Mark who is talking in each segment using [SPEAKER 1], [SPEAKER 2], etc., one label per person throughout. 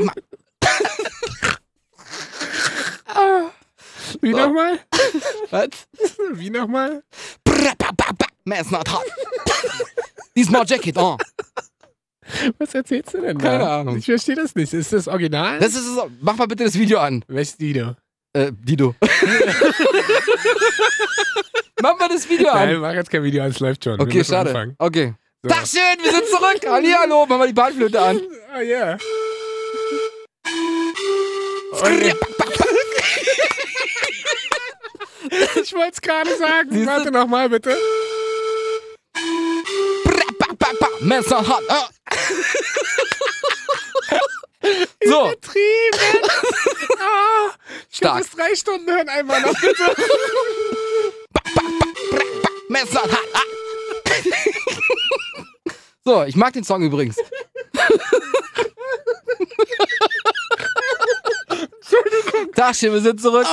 [SPEAKER 1] Ma-
[SPEAKER 2] Ah.
[SPEAKER 1] Wie
[SPEAKER 2] So.
[SPEAKER 1] nochmal?
[SPEAKER 2] Was?
[SPEAKER 1] Wie nochmal?
[SPEAKER 2] Brr, ba, ba, ba. Man's not hot. Diesmal Jacket on.
[SPEAKER 1] Was erzählst du denn da?
[SPEAKER 2] Keine Ahnung.
[SPEAKER 1] Ich verstehe das nicht. Ist das original?
[SPEAKER 2] Das ist es. Mach mal bitte das Video an.
[SPEAKER 1] Welches Video?
[SPEAKER 2] Äh, Dido. Mach mal das Video an.
[SPEAKER 1] Nein, mach jetzt kein Video an, es läuft schon. Wir
[SPEAKER 2] Okay,
[SPEAKER 1] müssen
[SPEAKER 2] schade.
[SPEAKER 1] anfangen.
[SPEAKER 2] Okay.
[SPEAKER 1] So.
[SPEAKER 2] Tag schön, wir sind zurück. Hallihallo, mach mal die Bahnflöte an.
[SPEAKER 1] Ah, ja. Oh, Ich wollte es gerade sagen.
[SPEAKER 2] Siehst du?
[SPEAKER 1] Warte nochmal bitte.
[SPEAKER 2] Man's not hot. Ah. So,
[SPEAKER 1] Betrieben. Ah, ich
[SPEAKER 2] Stark.
[SPEAKER 1] kann das drei Stunden hören einmal noch bitte.
[SPEAKER 2] Man's not hot. Ah. So, ich mag den Song übrigens. Tag schön, wir sind zurück.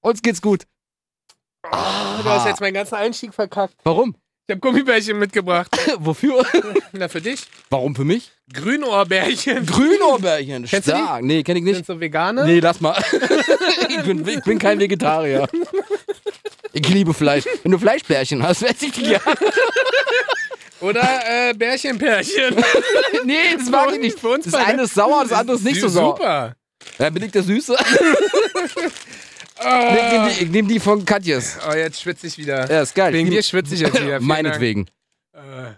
[SPEAKER 2] Uns geht's gut.
[SPEAKER 1] Oh, Du hast jetzt meinen ganzen Einstieg verkackt.
[SPEAKER 2] Warum?
[SPEAKER 1] Ich habe Gummibärchen mitgebracht.
[SPEAKER 2] Wofür?
[SPEAKER 1] Na, für dich?
[SPEAKER 2] Warum für mich?
[SPEAKER 1] Grünohrbärchen.
[SPEAKER 2] Grünohrbärchen.
[SPEAKER 1] Kennst du die?
[SPEAKER 2] Stark. Nee, kenn ich nicht.
[SPEAKER 1] Sind so Veganer?
[SPEAKER 2] Nee, lass mal. ich, bin, ich bin kein Vegetarier. Ich liebe Fleisch. Wenn du Fleischbärchen hast, wärst ich die gerne.
[SPEAKER 1] Oder äh, Bärchenpärchen.
[SPEAKER 2] Nee, das mag ich nicht.
[SPEAKER 1] Für uns
[SPEAKER 2] Das
[SPEAKER 1] beide.
[SPEAKER 2] eine ist sauer, das andere ist nicht so sauer.
[SPEAKER 1] Super.
[SPEAKER 2] Dann bin ich der Süße. Nee, ich nehm
[SPEAKER 1] Oh,
[SPEAKER 2] die- ich nehme die von Katjes.
[SPEAKER 1] oh jetzt schwitze ich wieder.
[SPEAKER 2] Ja, ist geil.
[SPEAKER 1] Wegen dir
[SPEAKER 2] Ich
[SPEAKER 1] schwitze ich jetzt wieder.
[SPEAKER 2] nehm-
[SPEAKER 1] Vielen
[SPEAKER 2] Meinetwegen.
[SPEAKER 1] Dank. Äh,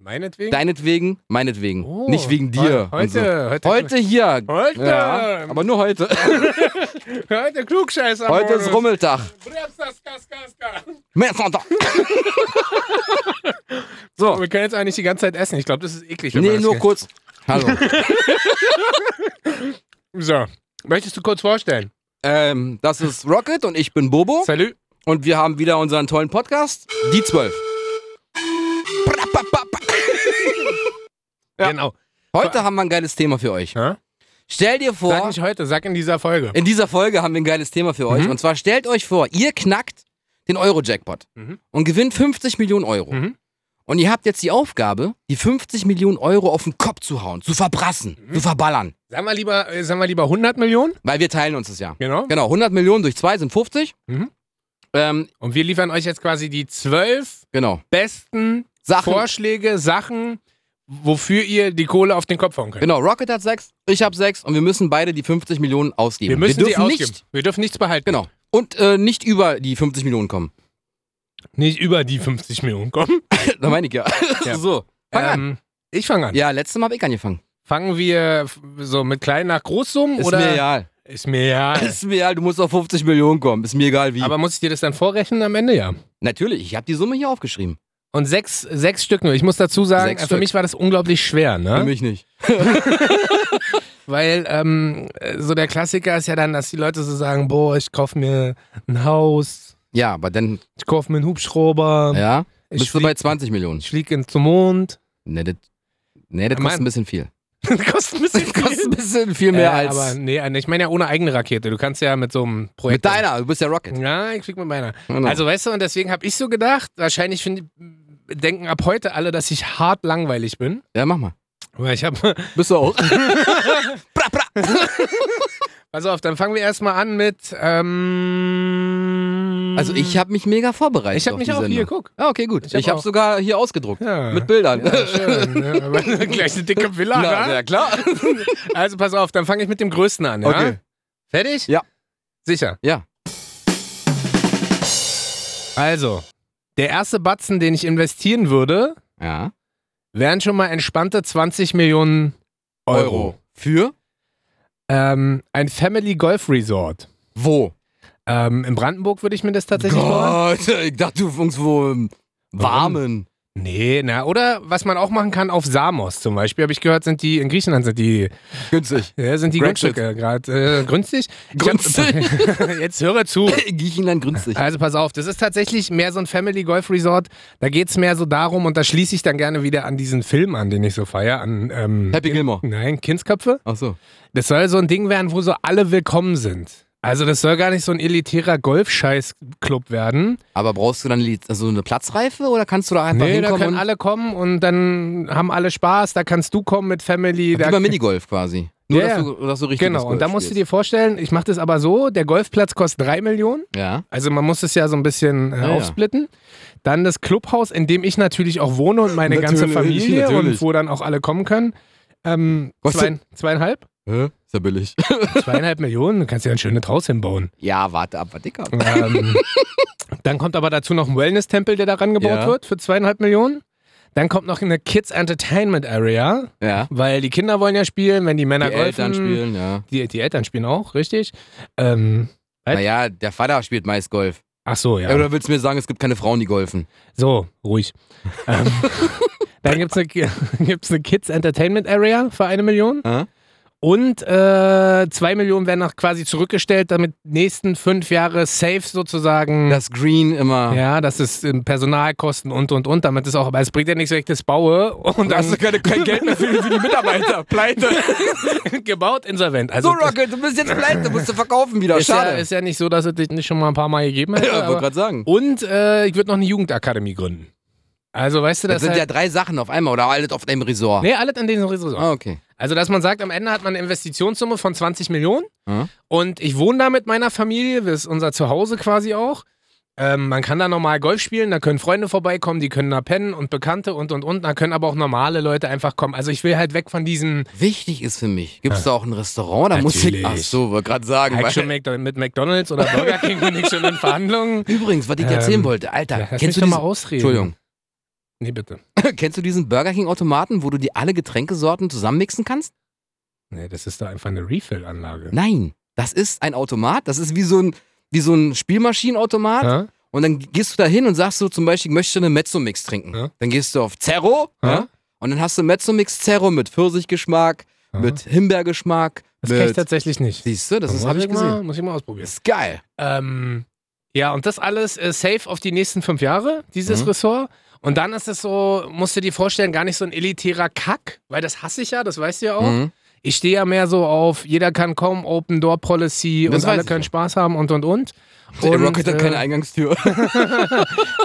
[SPEAKER 1] meinetwegen?
[SPEAKER 2] Deinetwegen, meinetwegen.
[SPEAKER 1] Oh,
[SPEAKER 2] nicht wegen dir.
[SPEAKER 1] Heute,
[SPEAKER 2] und so.
[SPEAKER 1] heute,
[SPEAKER 2] heute hier.
[SPEAKER 1] Heute.
[SPEAKER 2] Ja, aber nur heute.
[SPEAKER 1] heute Klugscheißer.
[SPEAKER 2] Heute ist Rummeltag. Mensch, Sonntag.
[SPEAKER 1] So. Wir können jetzt eigentlich die ganze Zeit essen. Ich glaube, das ist eklig. wenn man
[SPEAKER 2] Nee,
[SPEAKER 1] das
[SPEAKER 2] nur
[SPEAKER 1] geht.
[SPEAKER 2] kurz. Hallo.
[SPEAKER 1] So. Möchtest du kurz vorstellen?
[SPEAKER 2] ähm, das ist Rocket und ich bin Bobo.
[SPEAKER 1] Salü.
[SPEAKER 2] Und wir haben wieder unseren tollen Podcast, die 12. Ja.
[SPEAKER 1] Genau.
[SPEAKER 2] Heute haben wir ein geiles Thema für euch.
[SPEAKER 1] Ja?
[SPEAKER 2] Stell dir
[SPEAKER 1] Sag
[SPEAKER 2] vor,
[SPEAKER 1] nicht heute, sag in dieser Folge.
[SPEAKER 2] in dieser Folge haben wir ein geiles Thema für euch.
[SPEAKER 1] Mhm.
[SPEAKER 2] Und zwar stellt euch vor, ihr knackt den Euro-Jackpot
[SPEAKER 1] Mhm.
[SPEAKER 2] und gewinnt 50 Millionen Euro.
[SPEAKER 1] Mhm.
[SPEAKER 2] Und ihr habt jetzt die Aufgabe, die 50 Millionen Euro auf den Kopf zu hauen, zu verbrassen,
[SPEAKER 1] Mhm.
[SPEAKER 2] zu verballern.
[SPEAKER 1] Sag mal lieber, äh, sag mal lieber 100 Millionen.
[SPEAKER 2] Weil wir teilen uns das ja.
[SPEAKER 1] Genau.
[SPEAKER 2] Genau, 100 Millionen durch 2 sind 50.
[SPEAKER 1] Mhm.
[SPEAKER 2] Ähm,
[SPEAKER 1] Und wir liefern euch jetzt quasi die zwölf
[SPEAKER 2] genau.
[SPEAKER 1] besten
[SPEAKER 2] Sachen.
[SPEAKER 1] Vorschläge, Sachen, wofür ihr die Kohle auf den Kopf hauen könnt.
[SPEAKER 2] Genau, Rocket hat 6, ich habe 6 und wir müssen beide die 50 Millionen ausgeben.
[SPEAKER 1] Wir müssen die
[SPEAKER 2] dürfen
[SPEAKER 1] ausgeben.
[SPEAKER 2] nicht
[SPEAKER 1] Wir dürfen nichts behalten.
[SPEAKER 2] Genau. Und äh, nicht über die 50 Millionen kommen.
[SPEAKER 1] Nicht über die 50 Millionen kommen.
[SPEAKER 2] da meine ich ja.
[SPEAKER 1] Ja.
[SPEAKER 2] So. Fang an.
[SPEAKER 1] Ähm, ich fange an.
[SPEAKER 2] Ja, letztes Mal habe ich angefangen.
[SPEAKER 1] Fangen wir f- so mit klein nach Großsummen
[SPEAKER 2] Ist
[SPEAKER 1] oder?
[SPEAKER 2] mir egal.
[SPEAKER 1] Ist mir ja.
[SPEAKER 2] Ist mir egal, du musst auf 50 Millionen kommen. Ist mir egal wie.
[SPEAKER 1] Aber muss ich dir das dann vorrechnen am Ende? Ja.
[SPEAKER 2] Natürlich, ich habe die Summe hier aufgeschrieben.
[SPEAKER 1] Und sechs, sechs Stück nur. Ich muss dazu sagen,
[SPEAKER 2] Sechs
[SPEAKER 1] für
[SPEAKER 2] Stück.
[SPEAKER 1] mich war das unglaublich schwer,
[SPEAKER 2] Für
[SPEAKER 1] ne?
[SPEAKER 2] mich nicht.
[SPEAKER 1] Weil ähm, so der Klassiker ist ja dann, dass die Leute so sagen, boah, ich kaufe mir ein Haus,
[SPEAKER 2] Ja, aber dann,
[SPEAKER 1] ich kaufe mir einen Hubschrauber,
[SPEAKER 2] ja,
[SPEAKER 1] ich
[SPEAKER 2] bist du bei
[SPEAKER 1] fliege
[SPEAKER 2] 20 Millionen.
[SPEAKER 1] flieg in- zum Mond.
[SPEAKER 2] Nee, das, nee, das
[SPEAKER 1] Mann.
[SPEAKER 2] kostet ein bisschen viel.
[SPEAKER 1] Kostet ein bisschen
[SPEAKER 2] Das
[SPEAKER 1] viel.
[SPEAKER 2] kostet ein bisschen viel mehr
[SPEAKER 1] äh,
[SPEAKER 2] als
[SPEAKER 1] Aber nee, nee, ich meine ja ohne eigene Rakete. Du kannst ja mit so einem Projekt.
[SPEAKER 2] mit deiner. Du bist ja Rocket.
[SPEAKER 1] Ja, ich flieg mit meiner.
[SPEAKER 2] Genau.
[SPEAKER 1] Also weißt du, und deswegen habe ich so gedacht, wahrscheinlich find, denken ab heute alle, dass ich hart langweilig bin.
[SPEAKER 2] ja, mach mal.
[SPEAKER 1] Weil ich habe.
[SPEAKER 2] Bist du auch?
[SPEAKER 1] Pass auf, dann fangen wir erstmal an mit. Ähm,
[SPEAKER 2] Also ich habe mich mega vorbereitet.
[SPEAKER 1] Ich habe
[SPEAKER 2] auf
[SPEAKER 1] mich
[SPEAKER 2] die
[SPEAKER 1] auch
[SPEAKER 2] Sendung.
[SPEAKER 1] hier, guck.
[SPEAKER 2] Ah, okay, gut.
[SPEAKER 1] Ich hab
[SPEAKER 2] Ich habe
[SPEAKER 1] auch.
[SPEAKER 2] sogar hier ausgedruckt.
[SPEAKER 1] Ja.
[SPEAKER 2] Mit Bildern.
[SPEAKER 1] Ja, schön, ne? Aber Gleich eine dicke Villa,
[SPEAKER 2] Na,
[SPEAKER 1] ne?
[SPEAKER 2] ja, klar.
[SPEAKER 1] Also pass auf, dann fange ich mit dem Größten an, ja?
[SPEAKER 2] Okay.
[SPEAKER 1] Fertig?
[SPEAKER 2] Ja.
[SPEAKER 1] Sicher?
[SPEAKER 2] Ja.
[SPEAKER 1] Also, der erste Batzen, den ich investieren würde,
[SPEAKER 2] Ja.
[SPEAKER 1] wären schon mal entspannte 20 Millionen Euro.
[SPEAKER 2] Für?
[SPEAKER 1] Ähm, ein Family Golf Resort.
[SPEAKER 2] Wo?
[SPEAKER 1] Ähm, in Brandenburg würde ich mir das tatsächlich machen.
[SPEAKER 2] Gott, ich dachte, du fängst wo im Warmen.
[SPEAKER 1] Nee, na, oder was man auch machen kann auf Samos zum Beispiel, habe ich gehört, sind die, in Griechenland sind die,
[SPEAKER 2] Günstig.
[SPEAKER 1] ja, sind die
[SPEAKER 2] Brexit.
[SPEAKER 1] Grundstücke gerade äh, günstig. Ich hab- jetzt höre zu.
[SPEAKER 2] Griechenland günstig.
[SPEAKER 1] Also pass auf, das ist tatsächlich mehr so ein Family Golf Resort. Da geht es mehr so darum, und da schließe ich dann gerne wieder an diesen Film an, den ich so feiere, an ähm,
[SPEAKER 2] Happy Gilmore.
[SPEAKER 1] Nein, Kindsköpfe.
[SPEAKER 2] Ach so.
[SPEAKER 1] Das soll so ein Ding werden, wo so alle willkommen sind. Also das soll gar nicht so ein elitärer Golfscheiß-Club werden.
[SPEAKER 2] Aber brauchst du dann die- also eine Platzreife oder kannst du da einfach
[SPEAKER 1] Nee, da
[SPEAKER 2] hinkommen?
[SPEAKER 1] können
[SPEAKER 2] und,
[SPEAKER 1] alle kommen und dann haben alle Spaß. Da kannst du kommen mit Family.
[SPEAKER 2] wie
[SPEAKER 1] Da,
[SPEAKER 2] beim Minigolf quasi. Nur,
[SPEAKER 1] Ja,
[SPEAKER 2] dass,
[SPEAKER 1] ja.
[SPEAKER 2] du, dass du richtig
[SPEAKER 1] Genau, und da musst du
[SPEAKER 2] dir.
[SPEAKER 1] dir vorstellen, ich mache das aber so, der Golfplatz kostet 3 Millionen,
[SPEAKER 2] Ja.
[SPEAKER 1] also man muss es ja so ein bisschen äh,
[SPEAKER 2] ja.
[SPEAKER 1] aufsplitten. Dann das Clubhaus, in dem ich natürlich auch wohne und meine ganze
[SPEAKER 2] Natürlich,
[SPEAKER 1] Familie
[SPEAKER 2] natürlich.
[SPEAKER 1] und wo dann auch alle kommen können. Ähm,
[SPEAKER 2] Kostet-
[SPEAKER 1] zwei, zweieinhalb?
[SPEAKER 2] Hä? Ist ja billig.
[SPEAKER 1] Zweieinhalb Millionen, du kannst ja ein schönes Haus hinbauen.
[SPEAKER 2] Ja, warte ab, was dicker.
[SPEAKER 1] Ähm, dann kommt aber dazu noch ein Wellness-Tempel, der daran gebaut
[SPEAKER 2] Ja.
[SPEAKER 1] wird für zweieinhalb Millionen. Dann kommt noch eine Kids Entertainment Area,
[SPEAKER 2] Ja.
[SPEAKER 1] weil die Kinder wollen ja spielen, wenn die
[SPEAKER 2] Die
[SPEAKER 1] Männer golfen.
[SPEAKER 2] Eltern spielen, ja.
[SPEAKER 1] Die, die Eltern spielen auch, richtig. Ähm, Was?
[SPEAKER 2] Naja, der Vater spielt meist Golf.
[SPEAKER 1] ach so, ja.
[SPEAKER 2] Oder willst du mir sagen, es gibt keine Frauen, die golfen?
[SPEAKER 1] So, ruhig. ähm, dann gibt es eine, gibt's eine Kids Entertainment Area für eine Million.
[SPEAKER 2] Äh?
[SPEAKER 1] Und äh, zwei Millionen werden noch quasi zurückgestellt, damit nächsten fünf Jahre safe sozusagen.
[SPEAKER 2] Das Green immer.
[SPEAKER 1] Mhm. ja, das ist ähm, Personalkosten und und und, damit ist auch, aber es bringt ja nichts, wenn ich das baue und dann
[SPEAKER 2] keine, kein Geld mehr für, für die Mitarbeiter. Pleite.
[SPEAKER 1] gebaut insolvent. Also
[SPEAKER 2] So,
[SPEAKER 1] das
[SPEAKER 2] Rocket, du bist jetzt pleite, musst du verkaufen wieder.
[SPEAKER 1] ist, ja,
[SPEAKER 2] Schade.
[SPEAKER 1] ist ja nicht so, dass es dich nicht schon mal ein paar Mal gegeben hat.
[SPEAKER 2] ja, wollte
[SPEAKER 1] aber-
[SPEAKER 2] gerade sagen.
[SPEAKER 1] und äh, ich würde noch eine Jugendakademie gründen. Also weißt du,
[SPEAKER 2] Das
[SPEAKER 1] das
[SPEAKER 2] sind ja
[SPEAKER 1] halt,
[SPEAKER 2] drei Sachen auf einmal oder alles auf einem Resort.
[SPEAKER 1] Nee, alles an diesen Resort.
[SPEAKER 2] Ah, okay.
[SPEAKER 1] Also, dass man sagt, am Ende hat man eine Investitionssumme von 20 Millionen
[SPEAKER 2] Mhm.
[SPEAKER 1] und ich wohne da mit meiner Familie, das ist unser Zuhause quasi auch. Ähm, man kann da normal Golf spielen, da können Freunde vorbeikommen, die können da pennen und Bekannte und und und. Da können aber auch normale Leute einfach kommen. Also, ich will halt weg von diesen.
[SPEAKER 2] Wichtig ist für mich, gibt es da auch ein Restaurant? Da muss ich.
[SPEAKER 1] Natürlich.
[SPEAKER 2] Ach so, wollte gerade sagen.
[SPEAKER 1] Halt
[SPEAKER 2] weil-
[SPEAKER 1] schon Mc- mit McDonalds oder Burger King bin ich schon in Verhandlungen.
[SPEAKER 2] Übrigens, was ich dir erzählen
[SPEAKER 1] Ähm,
[SPEAKER 2] wollte, Alter,
[SPEAKER 1] Lass mich
[SPEAKER 2] kennst du
[SPEAKER 1] doch
[SPEAKER 2] diesen,
[SPEAKER 1] mal ausreden.
[SPEAKER 2] Entschuldigung,
[SPEAKER 1] Nee, bitte.
[SPEAKER 2] kennst du diesen Burger King Automaten, wo du dir alle Getränkesorten zusammenmixen kannst?
[SPEAKER 1] Nee, das ist doch einfach eine Refill-Anlage.
[SPEAKER 2] Nein, das ist ein Automat, das ist wie so ein wie so ein Spielmaschinenautomat
[SPEAKER 1] Ja?
[SPEAKER 2] und dann gehst du da hin und sagst so zum Beispiel, möchtest du eine Mezzo-Mix trinken?
[SPEAKER 1] Ja.
[SPEAKER 2] Dann gehst du auf Zerro
[SPEAKER 1] Ja.
[SPEAKER 2] ja? und dann hast du Mezzo-Mix Zerro mit Pfirsichgeschmack,
[SPEAKER 1] Ja.
[SPEAKER 2] mit Himbeergeschmack.
[SPEAKER 1] Das kenne ich
[SPEAKER 2] mit,
[SPEAKER 1] tatsächlich nicht.
[SPEAKER 2] siehst du, das
[SPEAKER 1] Muss
[SPEAKER 2] ist- habe ich
[SPEAKER 1] Mal,
[SPEAKER 2] gesehen.
[SPEAKER 1] muss ich mal ausprobieren.
[SPEAKER 2] Das ist geil.
[SPEAKER 1] Ähm, ja, und das alles äh, safe auf die nächsten fünf Jahre, dieses
[SPEAKER 2] Mhm.
[SPEAKER 1] Ressort. Und dann ist es so, musst du dir vorstellen, gar nicht so ein elitärer Kack, weil das hasse ich ja, das weißt du ja auch.
[SPEAKER 2] Mhm.
[SPEAKER 1] Ich stehe ja mehr so auf, jeder kann kommen, Open Door Policy
[SPEAKER 2] Das
[SPEAKER 1] und alle
[SPEAKER 2] weiß ich
[SPEAKER 1] können
[SPEAKER 2] ja.
[SPEAKER 1] Spaß haben und und und.
[SPEAKER 2] Der
[SPEAKER 1] Und,
[SPEAKER 2] Rocket hat
[SPEAKER 1] äh,
[SPEAKER 2] keine Eingangstür.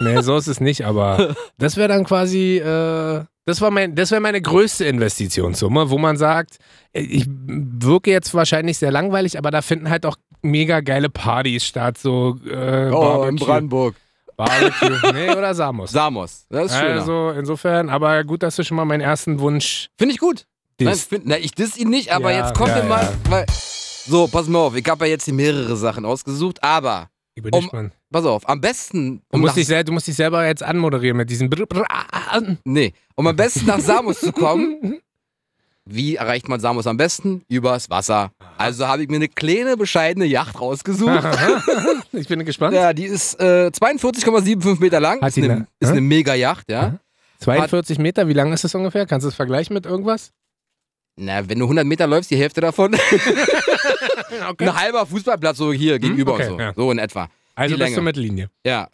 [SPEAKER 1] Nee, so ist es nicht, aber das wäre dann quasi, äh, das war mein, das wäre meine größte Investitionssumme, wo man sagt, äh, ich wirke jetzt wahrscheinlich sehr langweilig, aber da finden halt auch mega geile Partys statt, so äh,
[SPEAKER 2] Oh, in
[SPEAKER 1] Barbecue.
[SPEAKER 2] Brandenburg.
[SPEAKER 1] Barbecue. nee, oder Samos.
[SPEAKER 2] Samos. Das ist schön.
[SPEAKER 1] Also insofern, aber gut, dass du schon mal meinen ersten Wunsch
[SPEAKER 2] Finde ich gut. Nein,
[SPEAKER 1] disst.
[SPEAKER 2] find, na, ich diss ihn nicht, aber
[SPEAKER 1] Ja,
[SPEAKER 2] jetzt kommt
[SPEAKER 1] ja,
[SPEAKER 2] er mal.
[SPEAKER 1] ja.
[SPEAKER 2] Weil, so, pass mal auf, ich habe ja jetzt hier mehrere Sachen ausgesucht, aber
[SPEAKER 1] Ich bin
[SPEAKER 2] Um-
[SPEAKER 1] gespannt.
[SPEAKER 2] pass auf, am besten.
[SPEAKER 1] Du
[SPEAKER 2] Um
[SPEAKER 1] musst,
[SPEAKER 2] nach,
[SPEAKER 1] dich sel- du musst dich selber jetzt anmoderieren mit diesem Brr, Brr, ah, ah, ah.
[SPEAKER 2] nee, um am besten nach Samos zu kommen. Wie erreicht man Samos am besten? Übers Wasser. Also habe ich mir eine kleine, bescheidene Yacht rausgesucht.
[SPEAKER 1] Ich bin gespannt.
[SPEAKER 2] ja, die ist äh, 42,75 Meter lang.
[SPEAKER 1] Hat
[SPEAKER 2] ist
[SPEAKER 1] die
[SPEAKER 2] eine,
[SPEAKER 1] eine-
[SPEAKER 2] ist
[SPEAKER 1] Hä?
[SPEAKER 2] eine Mega-Yacht, ja.
[SPEAKER 1] 42 Meter, wie lang ist das ungefähr? Kannst du es vergleichen mit irgendwas?
[SPEAKER 2] Na, wenn du 100 Meter läufst, die Hälfte davon.
[SPEAKER 1] Okay. Hm,
[SPEAKER 2] ein halber Fußballplatz so hier gegenüber
[SPEAKER 1] Okay,
[SPEAKER 2] und so.
[SPEAKER 1] ja.
[SPEAKER 2] So in etwa.
[SPEAKER 1] Also
[SPEAKER 2] die
[SPEAKER 1] bist du
[SPEAKER 2] Länge.
[SPEAKER 1] mit Linie.
[SPEAKER 2] Ja.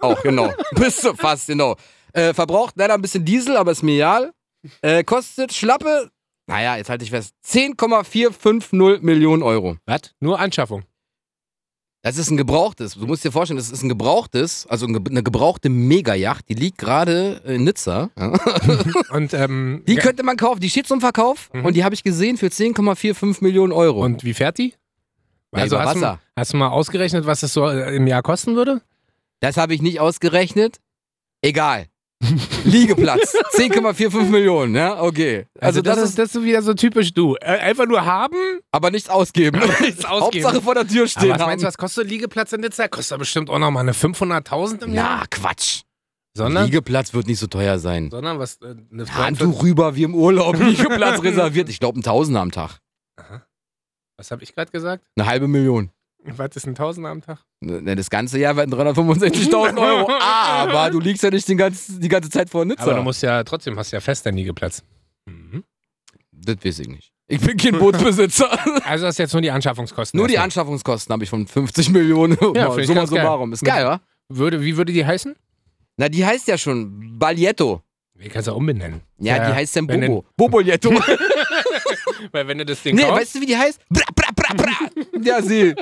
[SPEAKER 2] Auch, genau. Bist du fast, genau. Äh, verbraucht leider ein bisschen Diesel, aber ist mir egal. Äh, kostet schlappe, naja, jetzt halte ich fest, 10,450 Millionen Euro.
[SPEAKER 1] Was? Nur Anschaffung.
[SPEAKER 2] Das ist ein gebrauchtes. Du musst dir vorstellen, das ist ein gebrauchtes, also ein ge- eine gebrauchte Megajacht. Die liegt gerade in Nizza. Ja.
[SPEAKER 1] Und, ähm,
[SPEAKER 2] Die
[SPEAKER 1] ge-
[SPEAKER 2] könnte man kaufen. Die steht zum Verkauf
[SPEAKER 1] Mhm.
[SPEAKER 2] und die habe ich gesehen für 10,45 Millionen Euro.
[SPEAKER 1] und wie fährt die?
[SPEAKER 2] Ja,
[SPEAKER 1] also
[SPEAKER 2] über
[SPEAKER 1] hast du,
[SPEAKER 2] Wasser.
[SPEAKER 1] hast du mal ausgerechnet, was es so äh, im Jahr kosten würde?
[SPEAKER 2] Das habe ich nicht ausgerechnet. Egal. Liegeplatz. 10,45 Millionen, ja, okay.
[SPEAKER 1] Also, das, ist, das ist wieder so typisch du. Äh, einfach nur haben,
[SPEAKER 2] Aber nichts ausgeben.
[SPEAKER 1] nichts ausgeben.
[SPEAKER 2] Hauptsache vor der Tür
[SPEAKER 1] Aber
[SPEAKER 2] stehen.
[SPEAKER 1] was meinst du,
[SPEAKER 2] haben.
[SPEAKER 1] was kostet Liegeplatz in Nizza? Kostet doch bestimmt auch nochmal eine 500.000 im Jahr. ne?
[SPEAKER 2] Na, Quatsch.
[SPEAKER 1] Sondern,
[SPEAKER 2] Liegeplatz wird nicht so teuer sein.
[SPEAKER 1] sondern was? äh, Eine
[SPEAKER 2] Handtuch rüber wie im Urlaub, Liegeplatz reserviert. Ich glaube, ein Tausender am Tag.
[SPEAKER 1] Was habe ich gerade gesagt?
[SPEAKER 2] Eine halbe Million.
[SPEAKER 1] Was ist ein Tausender am Tag?
[SPEAKER 2] Ne, Das ganze Jahr werden 365.000 Euro. Aber du liegst ja nicht den ganzen, die ganze Zeit vor Nizza.
[SPEAKER 1] Aber du musst ja trotzdem, hast ja fest deinen Liegeplatz.
[SPEAKER 2] Mhm. das weiß ich nicht. Ich bin kein Bootsbesitzer.
[SPEAKER 1] Also das ist jetzt nur die Anschaffungskosten.
[SPEAKER 2] Nur die
[SPEAKER 1] erstmal.
[SPEAKER 2] Anschaffungskosten habe ich von 50 Millionen.
[SPEAKER 1] Ja, finde ich
[SPEAKER 2] summa
[SPEAKER 1] ganz geil.
[SPEAKER 2] summarum. Ist geil, wa?
[SPEAKER 1] würde, Wie würde die heißen?
[SPEAKER 2] Na, die heißt ja schon Balietto.
[SPEAKER 1] Ich kann es auch umbenennen.
[SPEAKER 2] Ja,
[SPEAKER 1] Ja,
[SPEAKER 2] die heißt dann
[SPEAKER 1] wenn
[SPEAKER 2] Bobo. Boboletto.
[SPEAKER 1] Weil wenn du das Ding
[SPEAKER 2] Nee,
[SPEAKER 1] kaufst,
[SPEAKER 2] weißt du, wie die heißt? Bra, bra, bra, bra. Ja, sie.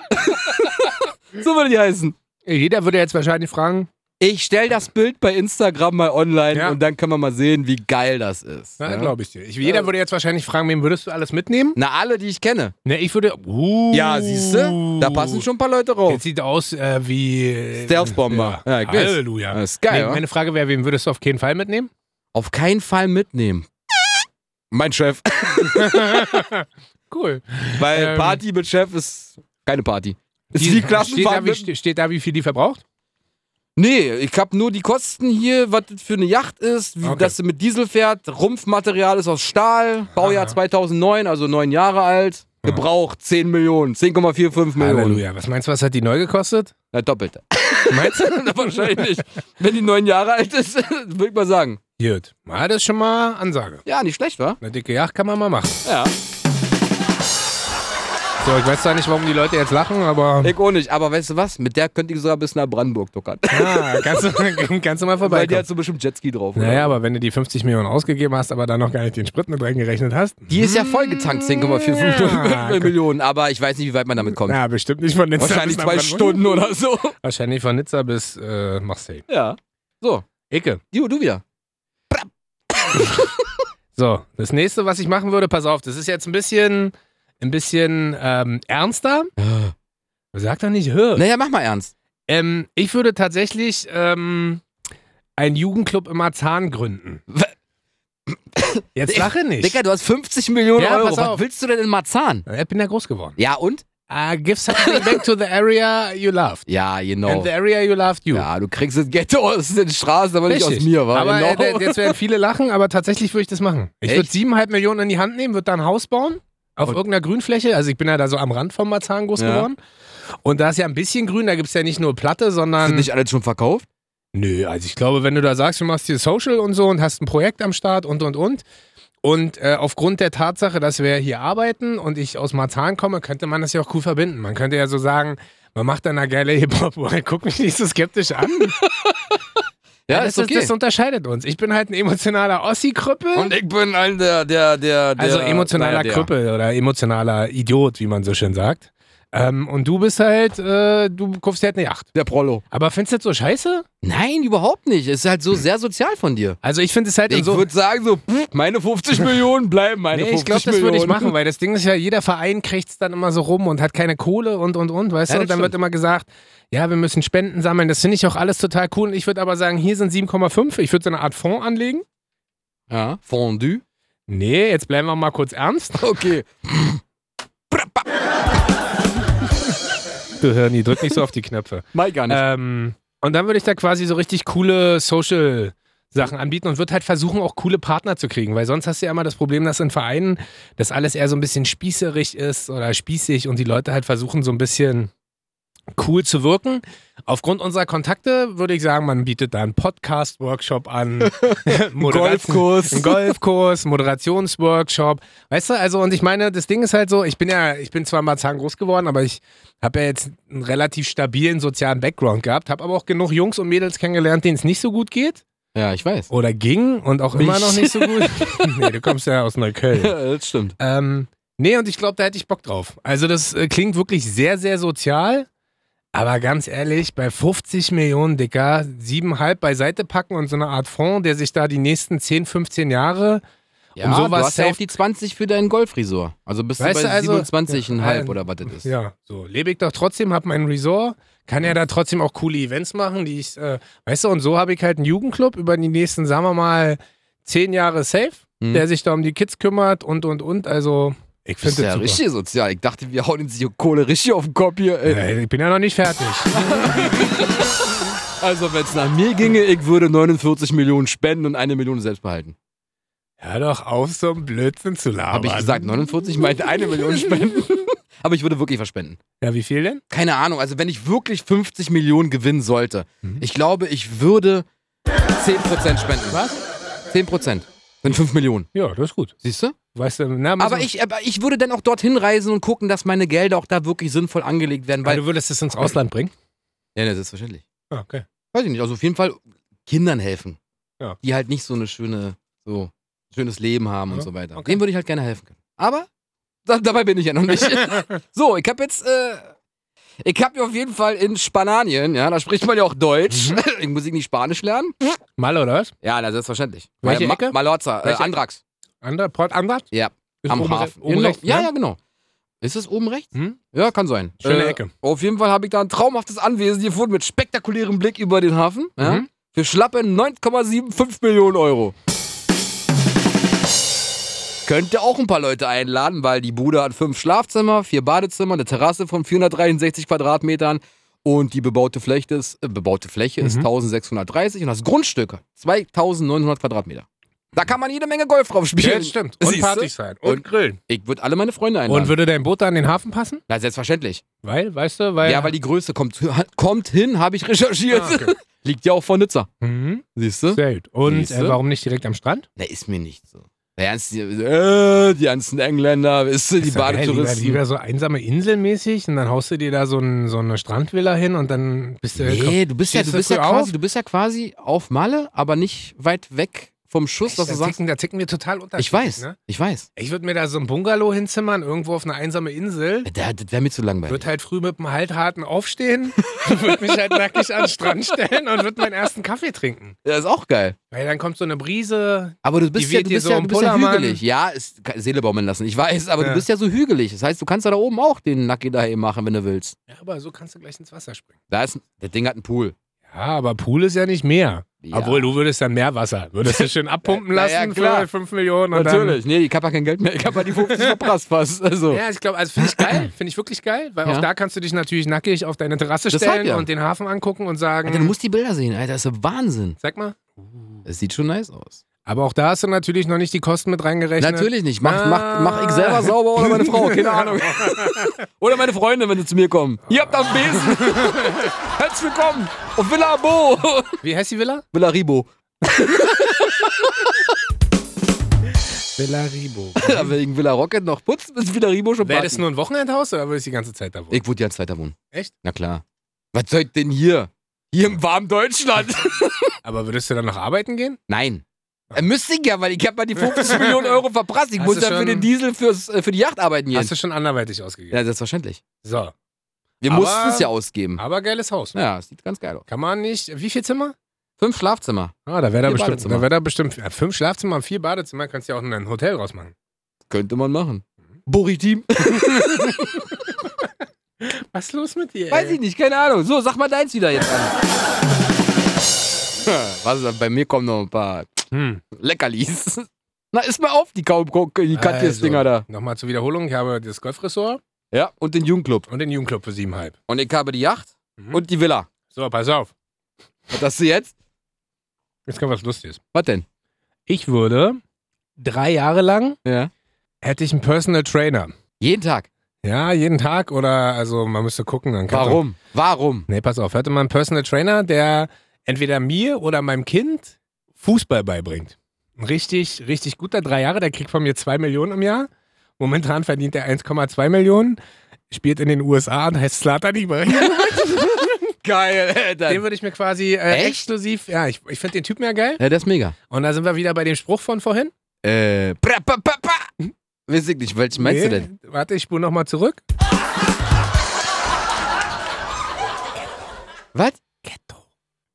[SPEAKER 2] so würde die heißen.
[SPEAKER 1] jeder würde jetzt wahrscheinlich fragen,
[SPEAKER 2] Ich stell das Bild bei Instagram mal online
[SPEAKER 1] Ja.
[SPEAKER 2] und dann können wir mal sehen, wie geil das ist.
[SPEAKER 1] Na,
[SPEAKER 2] ja?
[SPEAKER 1] glaube ich dir. Ich, jeder würde jetzt wahrscheinlich fragen, wen würdest du alles mitnehmen?
[SPEAKER 2] Na, alle, die ich kenne.
[SPEAKER 1] Ne, ich würde. Uh,
[SPEAKER 2] Ja, siehst du? Da passen schon ein paar Leute
[SPEAKER 1] Der
[SPEAKER 2] rauf.
[SPEAKER 1] sieht aus äh, wie.
[SPEAKER 2] Stealth-Bomber.
[SPEAKER 1] Ja.
[SPEAKER 2] Ja, ich weiß.
[SPEAKER 1] Halleluja.
[SPEAKER 2] Das ist geil,
[SPEAKER 1] nee,
[SPEAKER 2] wa?
[SPEAKER 1] meine Frage wäre, wen würdest du auf keinen Fall mitnehmen?
[SPEAKER 2] Auf keinen Fall mitnehmen. Mein Chef.
[SPEAKER 1] Cool.
[SPEAKER 2] Weil
[SPEAKER 1] Ähm.
[SPEAKER 2] Party mit Chef ist keine Party. Ist
[SPEAKER 1] Die-
[SPEAKER 2] wie
[SPEAKER 1] steht, da,
[SPEAKER 2] Klassenfahrt
[SPEAKER 1] wie,
[SPEAKER 2] mit
[SPEAKER 1] ste- steht da, wie viel die verbraucht?
[SPEAKER 2] Nee, ich hab nur die Kosten hier, was das für eine Yacht ist, wie,
[SPEAKER 1] Okay.
[SPEAKER 2] dass sie mit Diesel fährt. Rumpfmaterial ist aus Stahl, Baujahr
[SPEAKER 1] Aha.
[SPEAKER 2] 2009, also neun Jahre alt. Gebraucht 10 Millionen, 10,45 Millionen.
[SPEAKER 1] Halleluja. Was meinst du, was hat die neu gekostet?
[SPEAKER 2] Na, doppelte.
[SPEAKER 1] Meinst du?
[SPEAKER 2] Wahrscheinlich. Wenn die neun Jahre alt ist, würde ich mal sagen.
[SPEAKER 1] Gut. Na, das ist schon mal Ansage.
[SPEAKER 2] Ja, nicht schlecht, wa?
[SPEAKER 1] Eine dicke Yacht kann man mal machen.
[SPEAKER 2] Ja.
[SPEAKER 1] So, ich weiß zwar nicht, warum die Leute jetzt lachen, aber.
[SPEAKER 2] Ich auch nicht. Aber weißt du was? Mit der könnte ich sogar bis nach Brandenburg tuckern.
[SPEAKER 1] Ah, kannst, du, kannst du mal
[SPEAKER 2] Weil die hat
[SPEAKER 1] vorbeikommen.
[SPEAKER 2] so bestimmt Jetski drauf. oder?
[SPEAKER 1] Naja, aber wenn du die 50 Millionen ausgegeben hast, aber dann noch gar nicht den Sprit mit reingerechnet hast.
[SPEAKER 2] Die ist ja vollgetankt, 10,45
[SPEAKER 1] Mm. Ja.
[SPEAKER 2] Millionen. Aber ich weiß nicht, wie weit man damit kommt.
[SPEAKER 1] Ja, bestimmt nicht von Nizza
[SPEAKER 2] Wahrscheinlich
[SPEAKER 1] bis nach
[SPEAKER 2] zwei
[SPEAKER 1] Brandenburg.
[SPEAKER 2] Stunden oder so.
[SPEAKER 1] Wahrscheinlich von Nizza bis äh, Marseille.
[SPEAKER 2] Ja. So,
[SPEAKER 1] Ecke.
[SPEAKER 2] Jo, du wieder.
[SPEAKER 1] So, das nächste, was ich machen würde, pass auf, das ist jetzt ein bisschen, ein bisschen ähm, ernster. Sag doch nicht, hör.
[SPEAKER 2] Naja, mach mal ernst.
[SPEAKER 1] Ähm, ich würde tatsächlich ähm, einen Jugendclub im Marzahn gründen. Jetzt lache nicht.
[SPEAKER 2] Digga, du hast 50 Millionen
[SPEAKER 1] Ja,
[SPEAKER 2] Euro.
[SPEAKER 1] pass auf.
[SPEAKER 2] Was willst du denn in Marzahn?
[SPEAKER 1] Ich bin ja groß geworden.
[SPEAKER 2] Ja, und?
[SPEAKER 1] Uh, give something back to the area you loved.
[SPEAKER 2] Ja, genau.
[SPEAKER 1] And the area you loved you.
[SPEAKER 2] Ja, du kriegst das Ghetto aus den Straßen, aber nicht aus mir, wa?
[SPEAKER 1] aber
[SPEAKER 2] genau.
[SPEAKER 1] äh, jetzt werden viele lachen, aber tatsächlich würde ich das machen. Ich
[SPEAKER 2] Echt?
[SPEAKER 1] würde siebeneinhalb Millionen in die Hand nehmen, würde da ein Haus bauen, auf
[SPEAKER 2] Und-
[SPEAKER 1] irgendeiner Grünfläche. Also ich bin ja da so am Rand vom Marzahn groß
[SPEAKER 2] Ja.
[SPEAKER 1] geworden. Und da ist ja ein bisschen grün, da gibt es ja nicht nur Platte, sondern...
[SPEAKER 2] Sind nicht alles schon verkauft?
[SPEAKER 1] Nö, also ich glaube, wenn du da sagst, du machst hier Social und so und hast ein Projekt am Start und, und, und. Und äh, aufgrund der Tatsache, dass wir hier arbeiten und ich aus Marzahn komme, könnte man das ja auch cool verbinden. Man könnte ja so sagen, man macht da eine geile Hip-Hop. Guck mich nicht so skeptisch an.
[SPEAKER 2] Ja,
[SPEAKER 1] das,
[SPEAKER 2] ist okay.
[SPEAKER 1] das unterscheidet uns. Ich bin halt ein emotionaler Ossi-Krüppel.
[SPEAKER 2] und ich bin ein der, der, der, der
[SPEAKER 1] Also emotionaler
[SPEAKER 2] naja, der.
[SPEAKER 1] Krüppel oder emotionaler Idiot, wie man so schön sagt. Ähm, und du bist halt, äh, du kaufst dir halt eine Yacht.
[SPEAKER 2] Der Prollo.
[SPEAKER 1] Aber findest du das so scheiße?
[SPEAKER 2] Nein, überhaupt nicht. Ist halt so sehr sozial von dir.
[SPEAKER 1] Also Hm. ich finde es halt
[SPEAKER 2] Ich
[SPEAKER 1] so.
[SPEAKER 2] würde sagen, so, pff, meine 50 Millionen bleiben meine
[SPEAKER 1] Nee,
[SPEAKER 2] 50
[SPEAKER 1] ich glaube, das
[SPEAKER 2] Millionen.
[SPEAKER 1] würde ich machen, weil das Ding ist ja, jeder Verein kriegt es dann immer so rum und hat keine Kohle und und und, weißt
[SPEAKER 2] Ja,
[SPEAKER 1] du?
[SPEAKER 2] das
[SPEAKER 1] Und dann
[SPEAKER 2] stimmt.
[SPEAKER 1] wird immer gesagt, ja, wir müssen Spenden sammeln. Das finde ich auch alles total cool. Und ich würde aber sagen, hier sind 7,5. Ich würde so eine Art Fonds anlegen.
[SPEAKER 2] Ja, Fondue.
[SPEAKER 1] Nee, jetzt bleiben wir mal kurz ernst.
[SPEAKER 2] Okay.
[SPEAKER 1] Du Hirni, drück nicht so auf die Knöpfe.
[SPEAKER 2] Mal gar nicht.
[SPEAKER 1] Ähm, und dann würde ich da quasi so richtig coole Social Sachen anbieten und würde halt versuchen, auch coole Partner zu kriegen, weil sonst hast du ja immer das Problem, dass in Vereinen das alles eher so ein bisschen spießerig ist oder spießig und die Leute halt versuchen, so ein bisschen cool zu wirken. Aufgrund unserer Kontakte würde ich sagen, man bietet da einen Podcast-Workshop an, Moderation-
[SPEAKER 2] Äh, Golfkurs.
[SPEAKER 1] einen Golfkurs, Moderationsworkshop. Weißt du, also und ich meine, das Ding ist halt so, ich bin ja, ich bin zwar mal zahngroß geworden, aber ich habe ja jetzt einen relativ stabilen sozialen Background gehabt, habe aber auch genug Jungs und Mädels kennengelernt, denen es nicht so gut geht
[SPEAKER 2] Ja, ich weiß.
[SPEAKER 1] oder ging und auch
[SPEAKER 2] Mich.
[SPEAKER 1] immer noch nicht so gut. nee, du kommst ja aus Neukölln.
[SPEAKER 2] das stimmt.
[SPEAKER 1] ähm, nee, und ich glaube, da hätte ich Bock drauf. Also das äh, klingt wirklich sehr, sehr sozial. Aber ganz ehrlich, bei 50 Millionen, Dicker, siebenhalb beiseite packen und so eine Art Fonds, der sich da die nächsten 10, 15 Jahre
[SPEAKER 2] Ja,
[SPEAKER 1] Um sowas
[SPEAKER 2] du hast ja
[SPEAKER 1] safe-
[SPEAKER 2] auch die 20 für deinen Golfrisor. Also bist
[SPEAKER 1] Weißt
[SPEAKER 2] du
[SPEAKER 1] du,
[SPEAKER 2] bei
[SPEAKER 1] also-
[SPEAKER 2] 27,5
[SPEAKER 1] Ja,
[SPEAKER 2] oder was das ist.
[SPEAKER 1] Ja, so lebe ich doch trotzdem, habe mein Resort, kann ja da trotzdem auch coole Events machen, die ich, äh, weißt du, und so habe ich halt einen Jugendclub über die nächsten, sagen wir mal, zehn Jahre safe,
[SPEAKER 2] Hm.
[SPEAKER 1] der sich da um die Kids kümmert und und und. Also, ich
[SPEAKER 2] Das ist
[SPEAKER 1] finde
[SPEAKER 2] ja
[SPEAKER 1] das super.
[SPEAKER 2] richtig sozial. Ich dachte, wir hauen uns die Kohle richtig auf den Kopf hier. Ey.
[SPEAKER 1] Äh, Ich bin ja noch nicht fertig.
[SPEAKER 2] Also, wenn es nach mir ginge, ich würde 49 Millionen spenden und eine Million selbst behalten.
[SPEAKER 1] Hör doch auf, so einen Blödsinn zu labern.
[SPEAKER 2] Habe ich gesagt, 49? Ich meinte eine Million spenden. Aber ich würde wirklich verspenden.
[SPEAKER 1] Ja, wie viel denn?
[SPEAKER 2] Keine Ahnung, also wenn ich wirklich 50 Millionen gewinnen sollte,
[SPEAKER 1] Mhm.
[SPEAKER 2] ich glaube, ich würde 10% spenden.
[SPEAKER 1] Was?
[SPEAKER 2] 10%. Sind 5 Millionen.
[SPEAKER 1] Ja, das ist gut.
[SPEAKER 2] Siehst du?
[SPEAKER 1] Weißt du, na, müssen
[SPEAKER 2] Aber
[SPEAKER 1] wir-
[SPEAKER 2] ich, aber ich würde dann auch dorthin reisen und gucken, dass meine Gelder auch da wirklich sinnvoll angelegt werden,
[SPEAKER 1] Weil
[SPEAKER 2] weil.
[SPEAKER 1] du würdest es ins Ausland bringen?
[SPEAKER 2] Ja, ne, selbstverständlich.
[SPEAKER 1] Ah, Okay.
[SPEAKER 2] Weiß ich nicht. Also auf jeden Fall Kindern helfen.
[SPEAKER 1] Ja.
[SPEAKER 2] Die halt nicht so eine schöne, so schönes Leben haben und
[SPEAKER 1] Ja,
[SPEAKER 2] so weiter.
[SPEAKER 1] okay.
[SPEAKER 2] Denen würde ich halt gerne helfen können. Aber da, dabei bin ich ja noch nicht. so, ich habe jetzt äh, Ich habe mir auf jeden Fall in Spanien, ja, da spricht man ja auch Deutsch. ich muss ich nicht Spanisch lernen.
[SPEAKER 1] Mal oder was?
[SPEAKER 2] Mhm. Ja, na, selbstverständlich.
[SPEAKER 1] Welche
[SPEAKER 2] Ma-
[SPEAKER 1] Ecke?
[SPEAKER 2] Malorza, äh,
[SPEAKER 1] Welche Ecke?
[SPEAKER 2] Andrax.
[SPEAKER 1] Ander, Port Andert?
[SPEAKER 2] Ja,
[SPEAKER 1] Ist
[SPEAKER 2] am
[SPEAKER 1] oben re-
[SPEAKER 2] Hafen.
[SPEAKER 1] Oben
[SPEAKER 2] Genau.
[SPEAKER 1] rechts,
[SPEAKER 2] ja,
[SPEAKER 1] ne?
[SPEAKER 2] ja, genau. Ist es oben rechts?
[SPEAKER 1] Hm?
[SPEAKER 2] Ja, kann sein. Äh,
[SPEAKER 1] Schöne Ecke.
[SPEAKER 2] Auf jeden Fall habe ich da ein traumhaftes Anwesen gefunden mit spektakulärem Blick über den Hafen. Ja?
[SPEAKER 1] Mhm.
[SPEAKER 2] Für schlappe 9,75 Millionen Euro. Könnte auch ein paar Leute einladen, weil die Bude hat fünf Schlafzimmer, vier Badezimmer, eine Terrasse von 463 Quadratmetern und die bebaute Fläche ist, äh, bebaute Fläche ist
[SPEAKER 1] Mhm.
[SPEAKER 2] 1630 und das Grundstück 2900 Quadratmeter. Da kann man jede Menge Golf drauf
[SPEAKER 1] Ja,
[SPEAKER 2] spielen.
[SPEAKER 1] das stimmt. Und
[SPEAKER 2] Siehste?
[SPEAKER 1] Partys sein. Und,
[SPEAKER 2] Und-
[SPEAKER 1] grillen.
[SPEAKER 2] Ich würde alle meine Freunde einladen.
[SPEAKER 1] Und würde dein Boot da an den Hafen passen?
[SPEAKER 2] Na, selbstverständlich.
[SPEAKER 1] Weil, weißt du, weil.
[SPEAKER 2] Ja, weil die Größe kommt, kommt hin, habe ich recherchiert.
[SPEAKER 1] Ah, okay.
[SPEAKER 2] Liegt ja auch vor Nizza.
[SPEAKER 1] Mhm.
[SPEAKER 2] Siehst du?
[SPEAKER 1] Sehr gut. Und
[SPEAKER 2] Siehste?
[SPEAKER 1] äh, warum nicht direkt am Strand?
[SPEAKER 2] Na, ist mir nicht so. Na, ganz- die, äh, die ganzen Engländer, weißt du, die
[SPEAKER 1] Ist doch geil, Lieber,
[SPEAKER 2] Badetouristen.
[SPEAKER 1] lieber so einsame Inselmäßig und dann haust du dir da so, ein, so eine Strandvilla hin und dann bist du.
[SPEAKER 2] Nee, du bist, ja,
[SPEAKER 1] Stehst
[SPEAKER 2] du,
[SPEAKER 1] du
[SPEAKER 2] bist ja
[SPEAKER 1] früh auf?
[SPEAKER 2] quasi, du bist ja quasi auf Malle, aber nicht weit weg vom Schuss, dass du
[SPEAKER 1] da,
[SPEAKER 2] sagst.
[SPEAKER 1] ticken, da ticken wir total unterschiedlich.
[SPEAKER 2] Ich weiß,
[SPEAKER 1] Ne?
[SPEAKER 2] ich weiß.
[SPEAKER 1] Ich würde mir da so ein Bungalow hinzimmern, irgendwo auf einer einsame Insel.
[SPEAKER 2] Äh, Da- Das wäre mir zu langweilig.
[SPEAKER 1] Würde halt früh mit dem Haltharten aufstehen, würde mich halt nackig an den Strand stellen und würde meinen ersten Kaffee trinken.
[SPEAKER 2] Das ist auch geil.
[SPEAKER 1] Weil dann kommt so eine Brise.
[SPEAKER 2] Aber du bist
[SPEAKER 1] Die
[SPEAKER 2] ja,
[SPEAKER 1] weht
[SPEAKER 2] du
[SPEAKER 1] dir
[SPEAKER 2] bist
[SPEAKER 1] so
[SPEAKER 2] ja,
[SPEAKER 1] im
[SPEAKER 2] du bist ja
[SPEAKER 1] Pullermann.
[SPEAKER 2] hügelig. Ja, ist, Seele baumeln lassen, ich weiß, aber du
[SPEAKER 1] Ja.
[SPEAKER 2] bist ja so hügelig. Das heißt, du kannst ja da oben auch den Nacki daheim machen, wenn du willst.
[SPEAKER 1] Ja, aber so kannst du gleich ins Wasser springen.
[SPEAKER 2] Da ist, das Ding hat einen Pool.
[SPEAKER 1] Ja, aber Pool ist ja nicht Meer.
[SPEAKER 2] Ja.
[SPEAKER 1] Obwohl, du würdest dann Meerwasser. Würdest du schön abpumpen
[SPEAKER 2] Na
[SPEAKER 1] lassen
[SPEAKER 2] ja, klar.
[SPEAKER 1] für 5 Millionen. Und
[SPEAKER 2] Natürlich, nee, ich habe ja kein Geld mehr. Ich habe ja die 50 verprasst fast. Also.
[SPEAKER 1] Dann, ja, ich glaube, also finde ich geil. Finde ich wirklich geil. Weil
[SPEAKER 2] Ja.
[SPEAKER 1] auch da kannst du dich natürlich nackig auf deine Terrasse
[SPEAKER 2] Deshalb
[SPEAKER 1] stellen
[SPEAKER 2] ja.
[SPEAKER 1] und den Hafen angucken und sagen,
[SPEAKER 2] Alter, du musst die Bilder sehen, Alter, das ist ja Wahnsinn.
[SPEAKER 1] sag mal.
[SPEAKER 2] Es sieht schon nice aus.
[SPEAKER 1] Aber auch da hast du natürlich noch nicht die Kosten mit reingerechnet.
[SPEAKER 2] Natürlich nicht. Mach,
[SPEAKER 1] Ah.
[SPEAKER 2] mach, mach ich selber sauber oder meine Frau, keine Ahnung. Oder meine Freunde, wenn sie zu mir kommen. Ihr habt am Besen. Herzlich willkommen auf Villa Bo.
[SPEAKER 1] Wie heißt die Villa?
[SPEAKER 2] Villa Ribo.
[SPEAKER 1] Villa Ribo.
[SPEAKER 2] Da wegen Villa Rocket noch putzen, bis Villa Ribo schon
[SPEAKER 1] Wäre das
[SPEAKER 2] backen.
[SPEAKER 1] nur ein Wochenendhaus oder würdest du die ganze Zeit da wohnen?
[SPEAKER 2] Ich würde ja als zweiter wohnen.
[SPEAKER 1] Echt?
[SPEAKER 2] Na klar. Was soll ich denn hier? Hier im warmen Deutschland.
[SPEAKER 1] Aber würdest du dann noch arbeiten gehen?
[SPEAKER 2] Nein. Äh, Müsste ich ja, weil ich habe mal die 50 Millionen Euro verprasst. Ich
[SPEAKER 1] Hast
[SPEAKER 2] muss
[SPEAKER 1] du
[SPEAKER 2] ja für
[SPEAKER 1] schon-
[SPEAKER 2] den Diesel fürs, äh, für die Yacht arbeiten gehen.
[SPEAKER 1] Hast du schon anderweitig ausgegeben?
[SPEAKER 2] Ja, selbstverständlich.
[SPEAKER 1] So.
[SPEAKER 2] Wir
[SPEAKER 1] Aber-
[SPEAKER 2] mussten es ja ausgeben.
[SPEAKER 1] Aber geiles Haus.
[SPEAKER 2] Ja, es sieht ganz geil aus.
[SPEAKER 1] Kann man nicht. Wie viel Zimmer?
[SPEAKER 2] Fünf Schlafzimmer.
[SPEAKER 1] Ah, da wäre da
[SPEAKER 2] Vier
[SPEAKER 1] bestimmt,
[SPEAKER 2] Badezimmer.
[SPEAKER 1] da wär da bestimmt ja, fünf Schlafzimmer und vier Badezimmer, kannst du ja auch ein Hotel rausmachen.
[SPEAKER 2] Könnte man machen. Boritim?
[SPEAKER 1] Was ist los mit dir?
[SPEAKER 2] Weiß ich nicht, keine Ahnung. So, sag mal deins wieder jetzt an. Was, bei mir kommen noch ein paar
[SPEAKER 1] Hm.
[SPEAKER 2] Leckerlis. Also. Na, isst mal auf, die Kaum die Katjes-Dinger da.
[SPEAKER 1] also, Nochmal zur Wiederholung, ich habe das Golfressort
[SPEAKER 2] Ja, und den Jugendclub.
[SPEAKER 1] und den Jugendclub für siebenhalb.
[SPEAKER 2] Und ich habe die Yacht
[SPEAKER 1] Mhm.
[SPEAKER 2] und die Villa.
[SPEAKER 1] So, pass auf.
[SPEAKER 2] Was hast du jetzt?
[SPEAKER 1] Jetzt kommt was Lustiges.
[SPEAKER 2] Was denn?
[SPEAKER 1] Ich würde drei Jahre lang
[SPEAKER 2] Ja.
[SPEAKER 1] hätte ich einen Personal Trainer.
[SPEAKER 2] Jeden Tag.
[SPEAKER 1] Ja, jeden Tag oder also man müsste gucken. Dann kannst du-
[SPEAKER 2] Warum? Warum?
[SPEAKER 1] Nee, pass auf, hätte man einen Personal Trainer, der entweder mir oder meinem Kind Fußball beibringt. Ein richtig, richtig guter drei Jahre, der kriegt von mir zwei Millionen im Jahr. Momentan verdient er 1,2 Millionen, spielt in den USA und heißt Slatan Den
[SPEAKER 2] Geil, Alter.
[SPEAKER 1] würde ich mir quasi äh,
[SPEAKER 2] Echt?
[SPEAKER 1] exklusiv, ja, ich, ich finde den Typen ja geil.
[SPEAKER 2] Ja, das ist mega.
[SPEAKER 1] Und da sind wir wieder bei dem Spruch von vorhin.
[SPEAKER 2] Äh, pra, pa, pa, pa. Weiß ich nicht, welchen meinst du
[SPEAKER 1] Nee,
[SPEAKER 2] denn?
[SPEAKER 1] Warte, ich spule nochmal zurück.
[SPEAKER 2] Was?
[SPEAKER 1] Ghetto.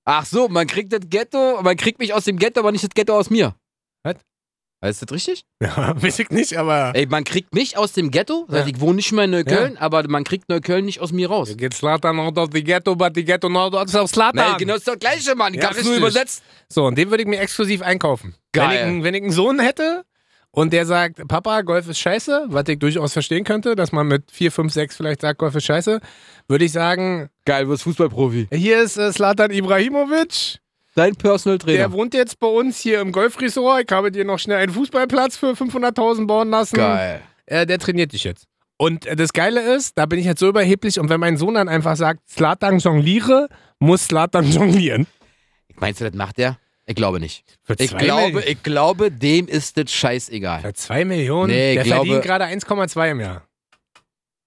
[SPEAKER 2] Ach so, man kriegt das Ghetto, man kriegt mich aus dem Ghetto, aber nicht das Ghetto aus mir.
[SPEAKER 1] Was?
[SPEAKER 2] Ist das richtig?
[SPEAKER 1] Ja, weiß ich nicht, aber.
[SPEAKER 2] Ey, man kriegt mich aus dem Ghetto, das heißt,
[SPEAKER 1] Ja.
[SPEAKER 2] ich wohne nicht mehr in Neukölln, aber man kriegt Neukölln nicht aus mir raus.
[SPEAKER 1] Hier geht Slatan out of the ghetto, but the ghetto not out of Slatan.
[SPEAKER 2] Nee, genau das ist das gleiche, Mann.
[SPEAKER 1] Ja,
[SPEAKER 2] Gab's nur
[SPEAKER 1] richtig.
[SPEAKER 2] übersetzt.
[SPEAKER 1] So, und den würde ich mir exklusiv einkaufen.
[SPEAKER 2] Geil.
[SPEAKER 1] Wenn ich, einen- wenn ich einen Sohn hätte und der sagt, Papa, Golf ist scheiße, was ich durchaus verstehen könnte, dass man mit 4, 5, 6 vielleicht sagt, Golf ist scheiße, würde ich sagen,
[SPEAKER 2] Geil, du bist Fußballprofi.
[SPEAKER 1] hier ist äh, Zlatan Ibrahimovic,
[SPEAKER 2] Dein Personal
[SPEAKER 1] der
[SPEAKER 2] Trainer.
[SPEAKER 1] wohnt jetzt bei uns hier im Golfresort, ich habe dir noch schnell einen Fußballplatz für 500.000 bauen lassen.
[SPEAKER 2] Geil.
[SPEAKER 1] Äh, der trainiert dich jetzt. Und äh, das Geile ist, da bin ich jetzt so überheblich und wenn mein Sohn dann einfach sagt, Zlatan jongliere, muss Zlatan jonglieren.
[SPEAKER 2] Meinst du, das macht der? Ich glaube nicht.
[SPEAKER 1] Für
[SPEAKER 2] Ich
[SPEAKER 1] zwei
[SPEAKER 2] glaube,
[SPEAKER 1] Millionen-
[SPEAKER 2] ich glaube, dem ist das scheißegal.
[SPEAKER 1] Für zwei Millionen?
[SPEAKER 2] Nee,
[SPEAKER 1] der
[SPEAKER 2] glaube-
[SPEAKER 1] verdient gerade 1,2 im Jahr.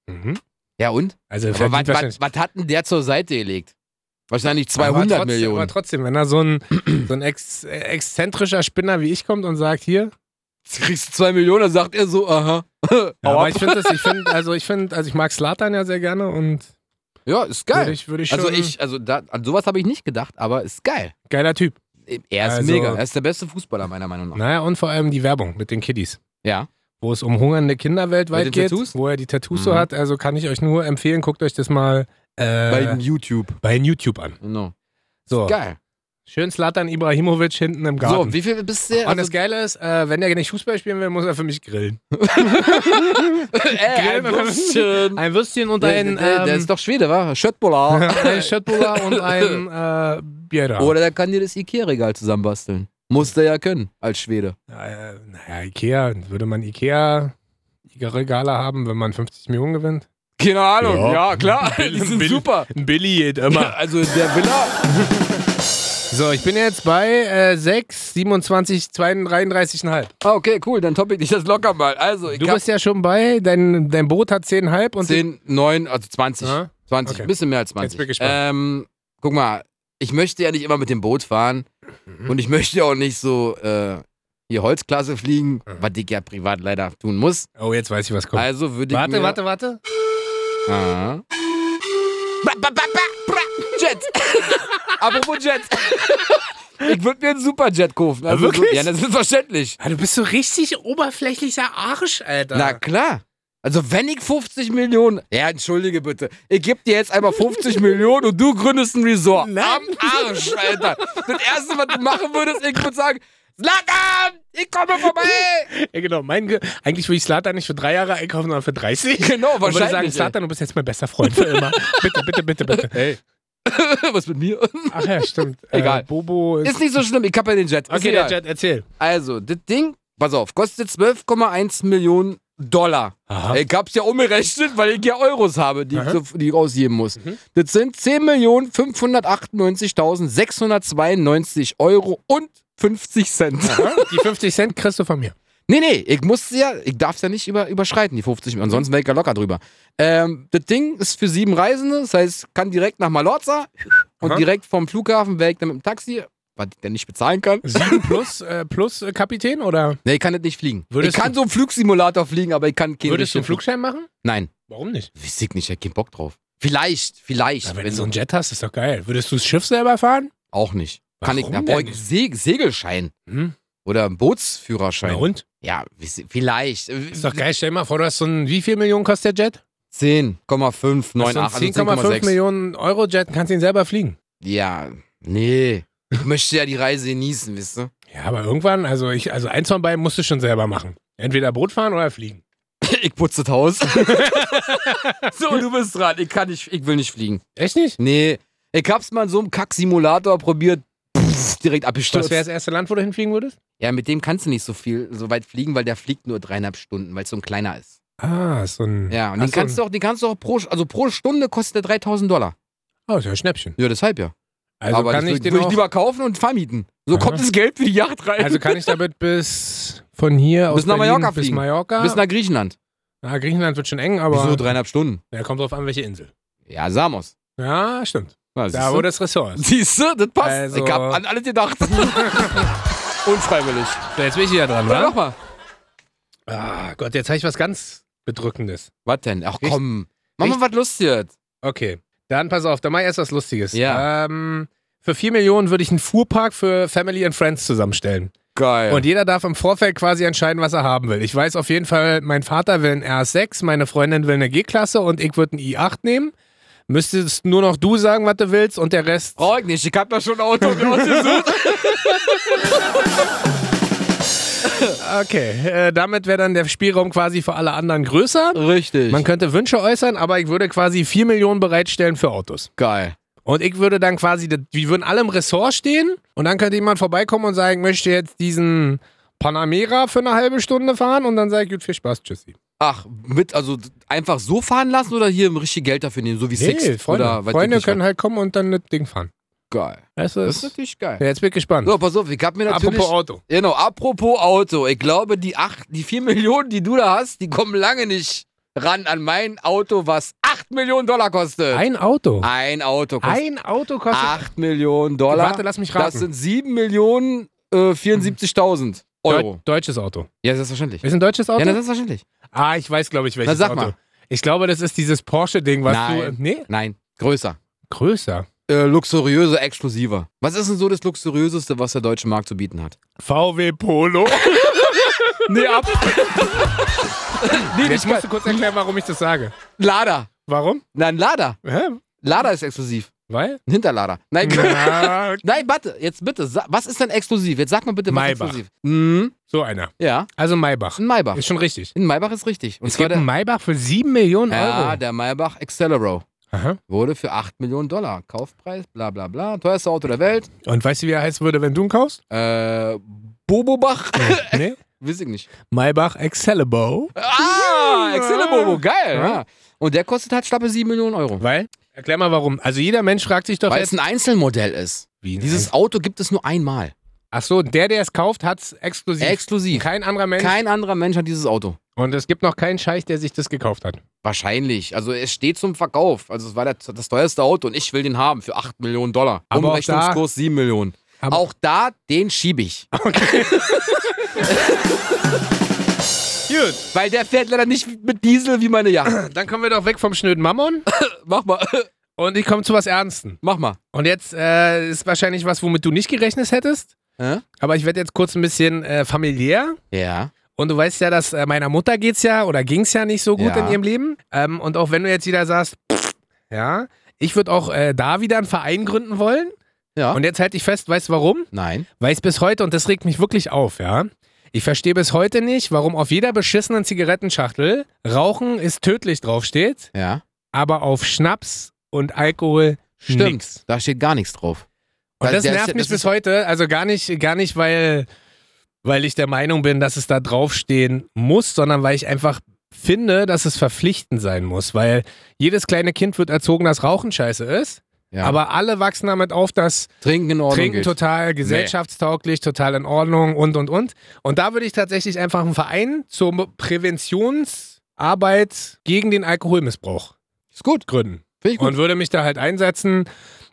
[SPEAKER 1] Mhm.
[SPEAKER 2] Ja und?
[SPEAKER 1] Also
[SPEAKER 2] Aber
[SPEAKER 1] verdient
[SPEAKER 2] was,
[SPEAKER 1] wahrscheinlich.
[SPEAKER 2] was, was hat denn der zur Seite gelegt? Wahrscheinlich
[SPEAKER 1] aber
[SPEAKER 2] 200
[SPEAKER 1] trotzdem, Aber
[SPEAKER 2] Millionen.
[SPEAKER 1] trotzdem, wenn da so ein, so ein ex, äh, exzentrischer Spinner wie ich kommt und sagt, hier,
[SPEAKER 2] Jetzt kriegst du 2 Millionen, dann sagt er so, aha.
[SPEAKER 1] ja,
[SPEAKER 2] Hau
[SPEAKER 1] aber
[SPEAKER 2] ab.
[SPEAKER 1] ich finde das, ich finde, also ich finde, also ich mag Slatan ja sehr gerne und
[SPEAKER 2] Ja, ist
[SPEAKER 1] Würde
[SPEAKER 2] geil.
[SPEAKER 1] ich, würde ich schon.
[SPEAKER 2] Also ich, also da, an sowas habe ich nicht gedacht, aber ist geil.
[SPEAKER 1] Geiler Typ.
[SPEAKER 2] Er ist
[SPEAKER 1] Also-
[SPEAKER 2] mega. Er ist der beste Fußballer meiner Meinung nach.
[SPEAKER 1] Naja, und vor allem die Werbung mit den Kiddies.
[SPEAKER 2] Ja.
[SPEAKER 1] Wo es um hungernde Kinder weltweit
[SPEAKER 2] Mit den
[SPEAKER 1] geht,
[SPEAKER 2] Tattoos?
[SPEAKER 1] wo er die Tattoos so
[SPEAKER 2] Mhm.
[SPEAKER 1] hat. Also kann ich euch nur empfehlen, guckt euch das mal äh,
[SPEAKER 2] Bei YouTube.
[SPEAKER 1] bei YouTube an.
[SPEAKER 2] Genau.
[SPEAKER 1] So,
[SPEAKER 2] Geil.
[SPEAKER 1] schön Slatan Ibrahimovic hinten im Garten.
[SPEAKER 2] So, wie viel bist du?
[SPEAKER 1] und das Geile ist, äh, wenn der nicht Fußball spielen will, muss er für mich grillen.
[SPEAKER 2] äh, ein
[SPEAKER 1] Grill-
[SPEAKER 2] Würstchen.
[SPEAKER 1] Ein Würstchen und
[SPEAKER 2] Der,
[SPEAKER 1] ein,
[SPEAKER 2] der, der
[SPEAKER 1] ähm,
[SPEAKER 2] ist doch Schwede, wa? Schöttbola.
[SPEAKER 1] ein Schöttbullar und ein äh, Bierda.
[SPEAKER 2] Oder der kann dir das Ikea-Regal zusammenbasteln. Muss der ja können, als Schwede.
[SPEAKER 1] Äh, naja, Ikea, würde man Ikea Regale haben, wenn man 50 Millionen gewinnt?
[SPEAKER 2] Keine Ahnung,
[SPEAKER 1] Ja.
[SPEAKER 2] ja, klar.
[SPEAKER 1] Bill-
[SPEAKER 2] Die sind
[SPEAKER 1] Bill-
[SPEAKER 2] super.
[SPEAKER 1] Billy geht immer.
[SPEAKER 2] Also in der Villa.
[SPEAKER 1] So, ich bin jetzt bei äh, 6, 27, 33,5.
[SPEAKER 2] Ah, okay, cool, dann toppe ich dich das locker mal. Also, ich
[SPEAKER 1] Du
[SPEAKER 2] hab
[SPEAKER 1] bist ja schon bei, dein, dein Boot hat 10,5 und
[SPEAKER 2] 10, 9, also 20.
[SPEAKER 1] Ah,
[SPEAKER 2] 20,
[SPEAKER 1] okay.
[SPEAKER 2] ein bisschen mehr als
[SPEAKER 1] Jetzt
[SPEAKER 2] 20.
[SPEAKER 1] bin ich gespannt.
[SPEAKER 2] ähm, guck mal, ich möchte ja nicht immer mit dem Boot fahren
[SPEAKER 1] Mhm.
[SPEAKER 2] und ich möchte ja auch nicht so äh, hier Holzklasse fliegen,
[SPEAKER 1] Mhm.
[SPEAKER 2] was ich ja privat leider tun muss.
[SPEAKER 1] Oh, jetzt weiß ich, was kommt.
[SPEAKER 2] Also würde ich
[SPEAKER 1] Warte,
[SPEAKER 2] mir...
[SPEAKER 1] warte, warte.
[SPEAKER 2] Ah. Ba, ba, ba, ba, bra, Jet. Apropos Jet. Ich würde mir einen Superjet kaufen. Also
[SPEAKER 1] Wirklich?
[SPEAKER 2] So, ja, das ist verständlich.
[SPEAKER 1] Ah, du bist so richtig oberflächlicher Arsch, Alter.
[SPEAKER 2] Na klar. Also wenn ich 50 Millionen... Ja, entschuldige bitte. Ich gebe dir jetzt einmal 50 Millionen und du gründest ein Resort.
[SPEAKER 1] Nein.
[SPEAKER 2] Am Arsch, Alter. Das Erste, was du machen würdest, ich würde sagen... Slatan, ich komme vorbei.
[SPEAKER 1] ja, genau. Mein Ge Eigentlich würde ich Slatan nicht für drei Jahre einkaufen, sondern für 30.
[SPEAKER 2] Genau,
[SPEAKER 1] Und würde sagen,
[SPEAKER 2] wahrscheinlich.
[SPEAKER 1] Slatan, du bist jetzt mein bester Freund für immer. bitte, bitte, bitte, bitte.
[SPEAKER 2] ey. Was mit mir?
[SPEAKER 1] Ach ja, stimmt.
[SPEAKER 2] Egal.
[SPEAKER 1] Äh, Bobo ist.
[SPEAKER 2] Ist nicht so schlimm, ich hab ja den Jet. Ist
[SPEAKER 1] okay,
[SPEAKER 2] egal.
[SPEAKER 1] der Jet, erzähl.
[SPEAKER 2] Also, das Ding, pass auf, kostet 12,1 Millionen Dollar.
[SPEAKER 1] Aha.
[SPEAKER 2] Ich hab's ja umgerechnet, weil ich ja Euros habe, die, ich,
[SPEAKER 1] Aha.
[SPEAKER 2] so, die ich ausgeben muss.
[SPEAKER 1] Mhm.
[SPEAKER 2] Das sind 10.598.692 Euro und 50 Cent.
[SPEAKER 1] Aha, Die 50 Cent kriegst du von mir.
[SPEAKER 2] Nee, nee, ich muss ja, ich darf's ja nicht über, überschreiten, die 50 Millionen, ansonsten wäre ich ja locker drüber. Ähm, das Ding ist für sieben Reisende, das heißt, kann direkt nach Malorza und
[SPEAKER 1] Aha.
[SPEAKER 2] direkt vom Flughafen weg dann mit dem Taxi, was ich denn nicht bezahlen kann.
[SPEAKER 1] 7 plus, äh, plus äh, Kapitän oder
[SPEAKER 2] Nee, ich kann das nicht fliegen.
[SPEAKER 1] Würdest
[SPEAKER 2] ich kann so einen Flugsimulator fliegen, aber ich kann keinen
[SPEAKER 1] würdest du einen
[SPEAKER 2] richtigen Flug-
[SPEAKER 1] Flugschein machen?
[SPEAKER 2] Nein,
[SPEAKER 1] Warum nicht?
[SPEAKER 2] weiß ich nicht, ich hab keinen Bock drauf. Vielleicht, vielleicht.
[SPEAKER 1] Na, wenn du
[SPEAKER 2] wenn
[SPEAKER 1] so
[SPEAKER 2] so
[SPEAKER 1] einen Jet hast, ist doch geil. Würdest du das Schiff selber fahren?
[SPEAKER 2] auch nicht. Kann ich,
[SPEAKER 1] Warum
[SPEAKER 2] da
[SPEAKER 1] denn
[SPEAKER 2] brauche ich
[SPEAKER 1] nicht?
[SPEAKER 2] Se Segelschein
[SPEAKER 1] Hm?
[SPEAKER 2] oder einen Bootsführerschein.
[SPEAKER 1] Na und?
[SPEAKER 2] Ja, weiß ich- vielleicht.
[SPEAKER 1] Ist doch geil. Stell dir mal vor, du hast so einen, wie viel Millionen kostet der Jet?
[SPEAKER 2] 10,598,
[SPEAKER 1] Hast
[SPEAKER 2] also
[SPEAKER 1] du einen 10,5
[SPEAKER 2] 10,6.
[SPEAKER 1] Millionen Euro Jet und kannst ihn selber fliegen.
[SPEAKER 2] Ja, nee. Ich möchte ja die Reise genießen, wisst ihr?
[SPEAKER 1] Ja, aber irgendwann, also ich, also eins von beiden musst du schon selber machen. Entweder Boot fahren oder fliegen.
[SPEAKER 2] Ich putze das Haus. so, du bist dran. Ich kann nicht, ich will nicht fliegen.
[SPEAKER 1] Echt nicht?
[SPEAKER 2] Nee, ich hab's mal in so einem Kack-Simulator probiert. Pff, direkt abgestürzt.
[SPEAKER 1] Was wäre das erste Land, wo du hinfliegen würdest?
[SPEAKER 2] Ja, mit dem kannst du nicht so viel, so weit fliegen, weil der fliegt nur dreieinhalb Stunden, weil es so ein kleiner ist.
[SPEAKER 1] Ah, so ein.
[SPEAKER 2] Ja, und
[SPEAKER 1] Ach
[SPEAKER 2] den
[SPEAKER 1] so,
[SPEAKER 2] kannst du auch, den kannst du auch pro, also pro Stunde kostet der 3000 Dollar.
[SPEAKER 1] Oh, ist ja ein Schnäppchen.
[SPEAKER 2] Ja, deshalb ja.
[SPEAKER 1] Also
[SPEAKER 2] Aber
[SPEAKER 1] kann
[SPEAKER 2] das
[SPEAKER 1] ich
[SPEAKER 2] würde
[SPEAKER 1] den
[SPEAKER 2] würd ich
[SPEAKER 1] auch,
[SPEAKER 2] lieber kaufen und vermieten. So
[SPEAKER 1] Aha.
[SPEAKER 2] kommt das Geld für die Yacht rein.
[SPEAKER 1] Also kann ich damit bis von hier
[SPEAKER 2] Bis
[SPEAKER 1] aus
[SPEAKER 2] nach
[SPEAKER 1] Berlin
[SPEAKER 2] Mallorca
[SPEAKER 1] bis
[SPEAKER 2] fliegen.
[SPEAKER 1] Mallorca.
[SPEAKER 2] Bis nach Griechenland.
[SPEAKER 1] Na, Griechenland wird schon eng, aber.
[SPEAKER 2] Wieso dreieinhalb Stunden?
[SPEAKER 1] Ja, kommt drauf an, welche Insel.
[SPEAKER 2] Ja, Samos.
[SPEAKER 1] Ja, stimmt.
[SPEAKER 2] Ja,
[SPEAKER 1] Da, wo das Ressort ist.
[SPEAKER 2] Siehst du, das passt.
[SPEAKER 1] Also-
[SPEAKER 2] Ich hab an alles gedacht. Unfreiwillig.
[SPEAKER 1] So, jetzt bin ich wieder dran,
[SPEAKER 2] Dann
[SPEAKER 1] wa?
[SPEAKER 2] nochmal.
[SPEAKER 1] Ah, Gott, jetzt habe ich was ganz Bedrückendes.
[SPEAKER 2] Was denn? Ach
[SPEAKER 1] Richt-
[SPEAKER 2] komm. Mach mal
[SPEAKER 1] Richt-
[SPEAKER 2] was Lustiges.
[SPEAKER 1] Okay, dann pass auf, dann mach ich erst was Lustiges.
[SPEAKER 2] Ja.
[SPEAKER 1] Ähm, für 4 Millionen würde ich einen Fuhrpark für Family and Friends zusammenstellen.
[SPEAKER 2] Geil.
[SPEAKER 1] Und jeder darf im Vorfeld quasi entscheiden, was er haben will. Ich weiß auf jeden Fall, mein Vater will einen RS6, meine Freundin will eine G-Klasse und ich würde einen i8 nehmen. Müsstest nur noch du sagen, was du willst und der Rest.
[SPEAKER 2] Brauch ich nicht. Ich hab da schon ein Auto mir ausgesucht.
[SPEAKER 1] Okay, äh, damit wäre dann der Spielraum quasi für alle anderen größer.
[SPEAKER 2] Richtig.
[SPEAKER 1] Man könnte Wünsche äußern, aber ich würde quasi 4 Millionen bereitstellen für Autos.
[SPEAKER 2] Geil.
[SPEAKER 1] Und ich würde dann quasi, das- wir würden alle im Ressort stehen und dann könnte jemand vorbeikommen und sagen, ich möchte jetzt diesen Panamera für eine halbe Stunde fahren und dann sage ich, gut, viel Spaß, tschüssi.
[SPEAKER 2] Ach, mit, also d- einfach so fahren lassen oder hier im richtig Geld dafür nehmen, so wie Sixt?
[SPEAKER 1] Nee, Freunde,
[SPEAKER 2] oder weiß
[SPEAKER 1] Freunde
[SPEAKER 2] ich nicht
[SPEAKER 1] können halt kommen und dann das Ding fahren.
[SPEAKER 2] was? Geil.
[SPEAKER 1] Das
[SPEAKER 2] Das ist
[SPEAKER 1] ist,
[SPEAKER 2] natürlich geil.
[SPEAKER 1] ja, jetzt bin ich gespannt.
[SPEAKER 2] So, pass auf, ich hab mir natürlich.
[SPEAKER 1] Apropos Auto.
[SPEAKER 2] Genau, apropos Auto. Ich glaube, die acht, die 4 Millionen, die du da hast, die kommen lange nicht ran an mein Auto, was 8 Millionen Dollar kostet.
[SPEAKER 1] Ein Auto.
[SPEAKER 2] Ein Auto kostet
[SPEAKER 1] Ein Auto kostet.
[SPEAKER 2] 8 Millionen Dollar.
[SPEAKER 1] Warte, lass mich
[SPEAKER 2] das
[SPEAKER 1] raten.
[SPEAKER 2] sind 7 Millionen äh, 74.000 Euro.
[SPEAKER 1] Deu- deutsches Auto.
[SPEAKER 2] Ja, selbstverständlich.
[SPEAKER 1] Ist ein deutsches Auto?
[SPEAKER 2] Ja, na, selbstverständlich.
[SPEAKER 1] ah, ich weiß, glaube ich, welches
[SPEAKER 2] Na, sag
[SPEAKER 1] Auto.
[SPEAKER 2] mal.
[SPEAKER 1] Ich glaube, das ist dieses Porsche-Ding, was
[SPEAKER 2] Nein.
[SPEAKER 1] du. Nee?
[SPEAKER 2] Nein. Größer.
[SPEAKER 1] Größer.
[SPEAKER 2] Äh, luxuriöser, exklusiver. Was ist denn so das Luxuriöseste, was der deutsche Markt zu bieten hat?
[SPEAKER 1] VW Polo.
[SPEAKER 2] Nee, ab. nee,
[SPEAKER 1] Jetzt
[SPEAKER 2] ich
[SPEAKER 1] musst du kurz erklären, warum ich das sage.
[SPEAKER 2] Lada.
[SPEAKER 1] Warum?
[SPEAKER 2] Nein, Lada.
[SPEAKER 1] Hä?
[SPEAKER 2] Lada ist exklusiv.
[SPEAKER 1] Weil?
[SPEAKER 2] Ein Hinterlader. Nein,
[SPEAKER 1] Na,
[SPEAKER 2] nein, warte, jetzt bitte. sa- Was ist denn exklusiv? Jetzt sag mal bitte, was
[SPEAKER 1] Maybach.
[SPEAKER 2] exklusiv Hm,
[SPEAKER 1] so einer.
[SPEAKER 2] ja,
[SPEAKER 1] Also Maybach.
[SPEAKER 2] ein Maybach.
[SPEAKER 1] Ist schon richtig.
[SPEAKER 2] Ein Maybach ist richtig. Und
[SPEAKER 1] Es
[SPEAKER 2] zwar
[SPEAKER 1] gibt
[SPEAKER 2] der,
[SPEAKER 1] einen Maybach für 7 Millionen
[SPEAKER 2] ja,
[SPEAKER 1] Euro.
[SPEAKER 2] der Maybach Accelero.
[SPEAKER 1] Aha.
[SPEAKER 2] Wurde für 8 Millionen Dollar. Kaufpreis, bla bla bla. Teuerste Auto der Welt.
[SPEAKER 1] Und weißt du, wie er heißen würde, wenn du ihn kaufst?
[SPEAKER 2] Äh, Bobobach.
[SPEAKER 1] nee.
[SPEAKER 2] Weiß ich nicht.
[SPEAKER 1] Maybach Excelebo.
[SPEAKER 2] Ah, Accelero, geil.
[SPEAKER 1] Ja.
[SPEAKER 2] Ja. Und der kostet halt schlappe 7 Millionen Euro.
[SPEAKER 1] Weil? Erklär mal warum. Also jeder Mensch fragt sich doch
[SPEAKER 2] Weil es
[SPEAKER 1] jetzt.
[SPEAKER 2] ein Einzelmodell ist.
[SPEAKER 1] Wie ein
[SPEAKER 2] Dieses Auto gibt es nur einmal.
[SPEAKER 1] Ach so, der, der es kauft, hat es exklusiv.
[SPEAKER 2] Exklusiv.
[SPEAKER 1] Kein anderer Mensch.
[SPEAKER 2] Kein anderer Mensch hat dieses Auto.
[SPEAKER 1] Und es gibt noch keinen Scheich, der sich das gekauft hat.
[SPEAKER 2] Wahrscheinlich. Also es steht zum Verkauf. Also es war der, das teuerste Auto und ich will den haben für 8 Millionen Dollar.
[SPEAKER 1] Aber auch
[SPEAKER 2] Umrechnungskurs 7 Millionen.
[SPEAKER 1] Aber-
[SPEAKER 2] auch da, den schiebe ich.
[SPEAKER 1] Gut,
[SPEAKER 2] Weil der fährt leider nicht mit Diesel wie meine Yacht.
[SPEAKER 1] dann kommen wir doch weg vom schnöden Mammon
[SPEAKER 2] mach mal,
[SPEAKER 1] und ich komme zu was Ernsten.
[SPEAKER 2] mach mal.
[SPEAKER 1] Und jetzt äh, ist wahrscheinlich was, womit du nicht gerechnet hättest,
[SPEAKER 2] Hä?
[SPEAKER 1] aber ich werde jetzt kurz ein bisschen äh, familiär.
[SPEAKER 2] Ja.
[SPEAKER 1] Und du weißt ja, dass äh, meiner Mutter geht's ja oder ging's ja nicht so gut
[SPEAKER 2] Ja.
[SPEAKER 1] in ihrem Leben. Ähm, und auch wenn du jetzt wieder sagst, pff, ja, ich würde auch äh, da wieder einen Verein gründen wollen.
[SPEAKER 2] Ja.
[SPEAKER 1] Und jetzt halte ich fest, weißt du warum?
[SPEAKER 2] Nein.
[SPEAKER 1] Weil es bis heute, und das regt mich wirklich auf, ja. Ich verstehe bis heute nicht, warum auf jeder beschissenen Zigarettenschachtel Rauchen ist tödlich draufsteht,
[SPEAKER 2] Ja.
[SPEAKER 1] aber auf Schnaps und Alkohol
[SPEAKER 2] Stimmt.
[SPEAKER 1] nix.
[SPEAKER 2] Da steht gar nichts drauf.
[SPEAKER 1] Und
[SPEAKER 2] Also
[SPEAKER 1] das
[SPEAKER 2] der ist
[SPEAKER 1] nervt
[SPEAKER 2] ja-
[SPEAKER 1] mich
[SPEAKER 2] das
[SPEAKER 1] bis
[SPEAKER 2] ist-
[SPEAKER 1] heute. Also gar nicht, gar nicht, weil, weil ich der Meinung bin, dass es da draufstehen muss, sondern weil ich einfach finde, dass es verpflichtend sein muss. Weil jedes kleine Kind wird erzogen, dass Rauchen scheiße ist.
[SPEAKER 2] Ja.
[SPEAKER 1] Aber alle wachsen damit auf, dass
[SPEAKER 2] Trinken in Ordnung.
[SPEAKER 1] Trinken
[SPEAKER 2] geht.
[SPEAKER 1] total gesellschaftstauglich, total in Ordnung und und und. Und da würde ich tatsächlich einfach einen Verein zur Präventionsarbeit gegen den Alkoholmissbrauch
[SPEAKER 2] Ist gut.
[SPEAKER 1] gründen.
[SPEAKER 2] Finde ich gut.
[SPEAKER 1] Und würde mich da halt einsetzen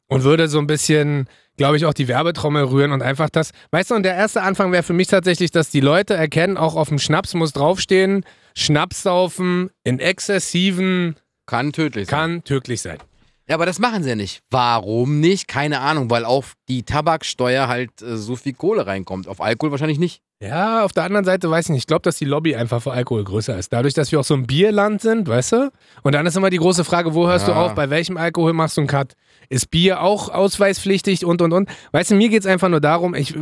[SPEAKER 1] und würde so ein bisschen, glaube ich, auch die Werbetrommel rühren und einfach das. Weißt du, und der erste Anfang wäre für mich tatsächlich, dass die Leute erkennen, auch auf dem Schnaps muss draufstehen, Schnaps saufen in exzessiven
[SPEAKER 2] Kann tödlich sein.
[SPEAKER 1] kann tödlich sein.
[SPEAKER 2] Ja, aber das machen sie ja nicht. Warum nicht? Keine Ahnung, weil auf die Tabaksteuer halt äh, so viel Kohle reinkommt. Auf Alkohol wahrscheinlich nicht.
[SPEAKER 1] Ja, auf der anderen Seite weiß ich nicht. Ich glaube, dass die Lobby einfach für Alkohol größer ist. Dadurch, dass wir auch so ein Bierland sind, weißt du? Und dann ist immer die große Frage, wo hörst du
[SPEAKER 2] Ja.
[SPEAKER 1] auf? Bei welchem Alkohol machst du einen Cut? Ist Bier auch ausweispflichtig und und und? Weißt du, mir geht es einfach nur darum, ich,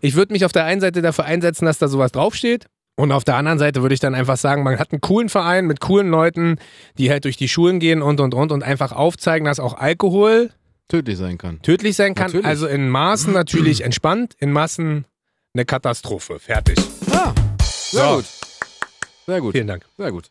[SPEAKER 1] ich würde mich auf der einen Seite dafür einsetzen, dass da sowas draufsteht. Und auf der anderen Seite würde ich dann einfach sagen, man hat einen coolen Verein mit coolen Leuten, die halt durch die Schulen gehen und und und und einfach aufzeigen, dass auch Alkohol
[SPEAKER 2] Tödlich sein kann.
[SPEAKER 1] tödlich sein kann.
[SPEAKER 2] Natürlich.
[SPEAKER 1] Also in Maßen natürlich entspannt, in Massen eine Katastrophe. Fertig.
[SPEAKER 2] Ah, sehr
[SPEAKER 1] So.
[SPEAKER 2] gut. Sehr gut.
[SPEAKER 1] Vielen Dank.
[SPEAKER 2] Sehr gut.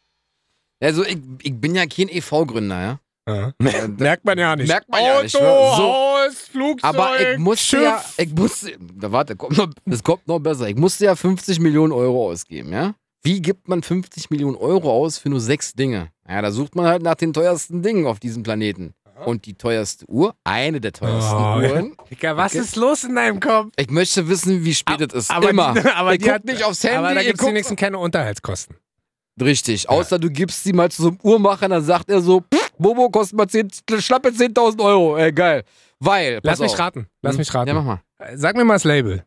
[SPEAKER 2] Also ich, ich bin ja kein EV-Gründer, ja. Äh,
[SPEAKER 1] Merkt man ja nicht.
[SPEAKER 2] Merkt man ja nicht, ne?
[SPEAKER 1] Auto,
[SPEAKER 2] So.
[SPEAKER 1] Haus, Flugzeug,
[SPEAKER 2] Aber ich musste
[SPEAKER 1] Schiff.
[SPEAKER 2] ja, ich musste, da warte, kommt noch, das kommt noch besser. Ich musste ja 50 Millionen Euro ausgeben, ja? Wie gibt man 50 Millionen Euro aus für nur sechs Dinge? Ja, da sucht man halt nach den teuersten Dingen auf diesem Planeten. Und die teuerste Uhr, eine der teuersten
[SPEAKER 1] Oh,
[SPEAKER 2] Uhren.
[SPEAKER 1] Digga, was ist los in deinem Kopf?
[SPEAKER 2] Ich möchte wissen, wie spät es ist. Immer.
[SPEAKER 1] Die, aber
[SPEAKER 2] ich
[SPEAKER 1] die
[SPEAKER 2] guck
[SPEAKER 1] hat,
[SPEAKER 2] nicht aufs
[SPEAKER 1] Aber
[SPEAKER 2] Handy,
[SPEAKER 1] da
[SPEAKER 2] ich
[SPEAKER 1] gibt es
[SPEAKER 2] guck-
[SPEAKER 1] wenigstens keine Unterhaltskosten.
[SPEAKER 2] Richtig. Außer du gibst sie mal zu so einem Uhrmacher, dann sagt er so, pff, Bobo kostet mal 10, schlappe 10.000 Euro. Ey, geil. Weil.
[SPEAKER 1] Lass
[SPEAKER 2] pass
[SPEAKER 1] mich
[SPEAKER 2] auf.
[SPEAKER 1] raten. Lass
[SPEAKER 2] Hm?
[SPEAKER 1] mich raten.
[SPEAKER 2] Ja, mach mal.
[SPEAKER 1] Äh, Sag mir mal das Label.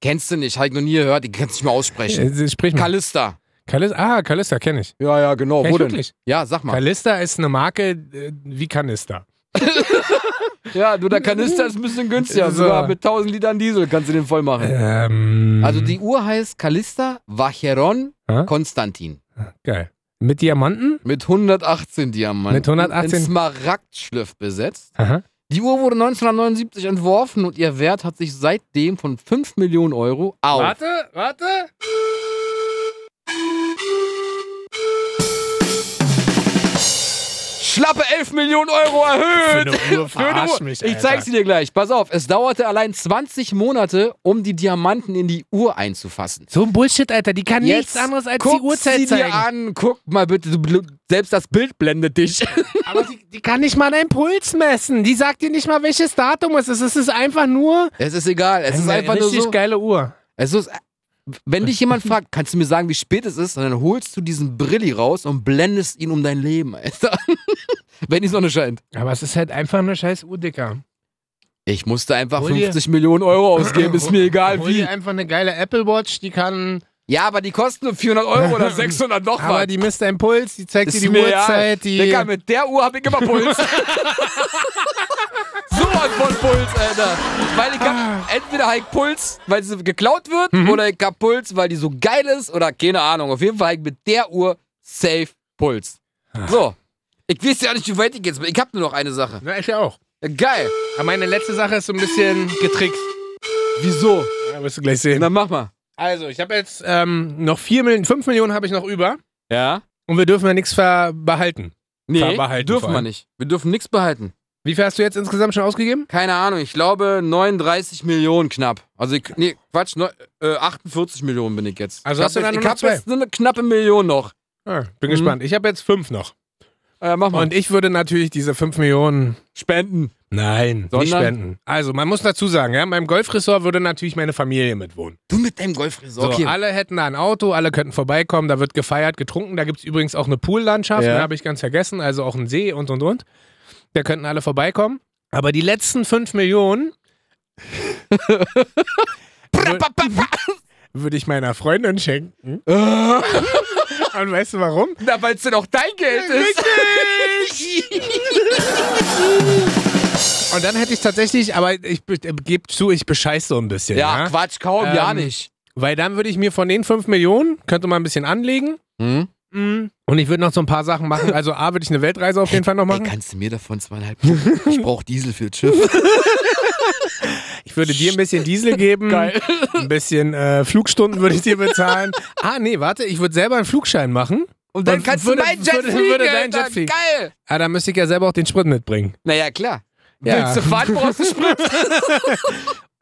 [SPEAKER 2] Kennst du nicht, hab ich noch nie gehört, ich kann es nicht mehr aussprechen.
[SPEAKER 1] Äh, Sprich mal.
[SPEAKER 2] Kalista.
[SPEAKER 1] Kalis ah, Kalista kenne ich.
[SPEAKER 2] Ja, ja, genau.
[SPEAKER 1] Kenn ich wirklich.
[SPEAKER 2] Ja, sag mal.
[SPEAKER 1] Kalista ist eine Marke äh, wie Kanister.
[SPEAKER 2] Ja, du, der Kanister ist ein bisschen günstiger.
[SPEAKER 1] So.
[SPEAKER 2] Sogar mit 1000 Litern Diesel kannst du den voll machen.
[SPEAKER 1] Ähm,
[SPEAKER 2] Also die Uhr heißt Kalista Vacheron
[SPEAKER 1] Hä?
[SPEAKER 2] Konstantin.
[SPEAKER 1] Geil. Mit Diamanten?
[SPEAKER 2] Mit 118 Diamanten.
[SPEAKER 1] Mit 118.
[SPEAKER 2] In Smaragdschliff besetzt.
[SPEAKER 1] Aha.
[SPEAKER 2] Die Uhr wurde 1979 entworfen und ihr Wert hat sich seitdem von 5 Millionen Euro auf.
[SPEAKER 1] Warte, warte.
[SPEAKER 2] Schlappe 11 Millionen Euro erhöht.
[SPEAKER 1] Für eine Uhr
[SPEAKER 2] Für eine
[SPEAKER 1] verarsch
[SPEAKER 2] Uhr.
[SPEAKER 1] mich,
[SPEAKER 2] ich
[SPEAKER 1] Alter.
[SPEAKER 2] zeig's dir gleich. Pass auf, es dauerte allein 20 Monate, um die Diamanten in die Uhr einzufassen.
[SPEAKER 1] So ein Bullshit, Alter. Die kann nichts anderes als die
[SPEAKER 2] guck
[SPEAKER 1] Uhrzeit
[SPEAKER 2] sie
[SPEAKER 1] zeigen.
[SPEAKER 2] dir an, guck mal bitte, du, bl- selbst das Bild blendet dich.
[SPEAKER 1] Aber die, die kann nicht mal deinen Puls messen. Die sagt dir nicht mal, welches Datum es ist. Es ist einfach nur
[SPEAKER 2] es ist egal, es ist einfach nur
[SPEAKER 1] richtig
[SPEAKER 2] so.
[SPEAKER 1] geile Uhr.
[SPEAKER 2] Es ist, wenn dich jemand fragt, kannst du mir sagen, wie spät es ist, Und dann holst du diesen Brilli raus und blendest ihn um dein Leben, Alter. wenn die Sonne scheint.
[SPEAKER 1] Aber es ist halt einfach eine scheiß Uhr, Dicker.
[SPEAKER 2] Ich musste einfach
[SPEAKER 1] Hol dir-
[SPEAKER 2] 50 Millionen Euro ausgeben, ist mir egal
[SPEAKER 1] Hol
[SPEAKER 2] wie.
[SPEAKER 1] dir einfach eine geile Apple Watch, die kann,
[SPEAKER 2] Ja, aber die kosten nur 400 Euro oder 600 noch
[SPEAKER 1] aber
[SPEAKER 2] was.
[SPEAKER 1] die misst deinen Puls, die zeigt dir
[SPEAKER 2] Ist
[SPEAKER 1] die
[SPEAKER 2] mir egal.
[SPEAKER 1] Uhrzeit, die...
[SPEAKER 2] Digga, mit der Uhr hab ich immer Puls. so ein von Puls, Alter. Weil ich
[SPEAKER 1] Ah.
[SPEAKER 2] hab, entweder hab ich Puls, weil sie geklaut wird,
[SPEAKER 1] Mhm.
[SPEAKER 2] oder ich hab Puls, weil die so geil ist, oder keine Ahnung. Auf jeden Fall hab ich mit der Uhr safe Puls.
[SPEAKER 1] Ah.
[SPEAKER 2] So. Ich weiß ja nicht, wie weit ich jetzt bin. Ich hab nur noch eine Sache.
[SPEAKER 1] Na, ich ja auch.
[SPEAKER 2] Geil.
[SPEAKER 1] Aber meine letzte Sache ist so ein bisschen getrickst.
[SPEAKER 2] Wieso?
[SPEAKER 1] Ja, wirst du gleich sehen.
[SPEAKER 2] Dann mach mal.
[SPEAKER 1] Also, ich habe jetzt ähm, noch 4 Millionen, 5 Millionen habe ich noch über.
[SPEAKER 2] Ja?
[SPEAKER 1] Und wir dürfen ja nichts ver- behalten.
[SPEAKER 2] Nee,
[SPEAKER 1] Verbehalten vor
[SPEAKER 2] dürfen wir
[SPEAKER 1] allem.
[SPEAKER 2] nicht. Wir dürfen nichts behalten.
[SPEAKER 1] Wie viel hast du jetzt insgesamt schon ausgegeben?
[SPEAKER 2] Keine Ahnung, ich glaube 39 Millionen knapp. Also ich, nee, Quatsch, neu- äh, 48 Millionen bin ich jetzt.
[SPEAKER 1] Also
[SPEAKER 2] ich
[SPEAKER 1] hast du
[SPEAKER 2] hab
[SPEAKER 1] dann
[SPEAKER 2] jetzt,
[SPEAKER 1] nur noch
[SPEAKER 2] Ich hab jetzt nur eine knappe Million noch.
[SPEAKER 1] Ah, bin
[SPEAKER 2] Mhm.
[SPEAKER 1] gespannt. Ich habe jetzt 5 noch.
[SPEAKER 2] Äh, mach mal.
[SPEAKER 1] Und ich würde natürlich diese 5 Millionen.
[SPEAKER 2] Spenden.
[SPEAKER 1] Nein, nicht
[SPEAKER 2] Sondern?
[SPEAKER 1] spenden. Also, man muss dazu sagen, ja, in meinem Golfresort würde natürlich meine Familie mitwohnen.
[SPEAKER 2] Du mit deinem
[SPEAKER 1] So,
[SPEAKER 2] Golfresort. Okay.
[SPEAKER 1] Alle hätten da ein Auto, alle könnten vorbeikommen, da wird gefeiert, getrunken. Da gibt es übrigens auch eine Poollandschaft,
[SPEAKER 2] Ja.
[SPEAKER 1] da habe ich ganz vergessen, also auch einen See und und und. Da könnten alle vorbeikommen. Aber die letzten 5 Millionen
[SPEAKER 2] Pra, pa, pa, pa.
[SPEAKER 1] würde ich meiner Freundin schenken.
[SPEAKER 2] Äh,
[SPEAKER 1] Und weißt du warum?
[SPEAKER 2] Na, weil es denn auch dein Geld ist.
[SPEAKER 1] Und dann hätte ich tatsächlich, aber ich be- äh, gebe zu, ich bescheiß so ein bisschen.
[SPEAKER 2] Ja,
[SPEAKER 1] Ja,
[SPEAKER 2] Quatsch, kaum,
[SPEAKER 1] Ähm,
[SPEAKER 2] ja nicht.
[SPEAKER 1] Weil dann würde ich mir von den 5 Millionen, könnte man ein bisschen anlegen.
[SPEAKER 2] Hm?
[SPEAKER 1] Und ich würde noch so ein paar Sachen machen. Also A, würde ich eine Weltreise auf jeden Fall noch
[SPEAKER 2] Ey,
[SPEAKER 1] machen.
[SPEAKER 2] kannst du mir davon zweieinhalb geben? Ich brauch Diesel für das Schiff.
[SPEAKER 1] Ich würde dir ein bisschen Diesel geben.
[SPEAKER 2] Geil.
[SPEAKER 1] Ein bisschen äh, Flugstunden würde ich dir bezahlen. ah, nee, warte, ich würde selber einen Flugschein machen.
[SPEAKER 2] Und dann
[SPEAKER 1] Und
[SPEAKER 2] kannst
[SPEAKER 1] würde-
[SPEAKER 2] du meinen Jet
[SPEAKER 1] würde-
[SPEAKER 2] fliegen,
[SPEAKER 1] würde dein
[SPEAKER 2] Alter.
[SPEAKER 1] Jet fliegen.
[SPEAKER 2] Geil.
[SPEAKER 1] Ah, da müsste ich ja selber auch den Sprit mitbringen.
[SPEAKER 2] Naja, klar.
[SPEAKER 1] Ja.
[SPEAKER 2] Willst du fahren, brauchst du Sprit.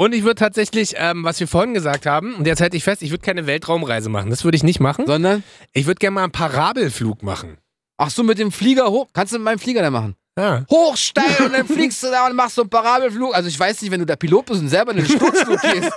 [SPEAKER 1] Und ich würde tatsächlich, ähm, was wir vorhin gesagt haben, und jetzt halte ich fest, ich würde keine Weltraumreise machen. Das würde ich nicht machen.
[SPEAKER 2] Sondern?
[SPEAKER 1] Ich würde gerne mal einen Parabelflug machen.
[SPEAKER 2] Ach so, mit dem Flieger hoch. Kannst du mit meinem Flieger da machen?
[SPEAKER 1] Ja.
[SPEAKER 2] hoch, steil und dann fliegst du da und machst so einen Parabelflug. Also ich weiß nicht, wenn du der Pilot bist und selber in den Sturzflug gehst,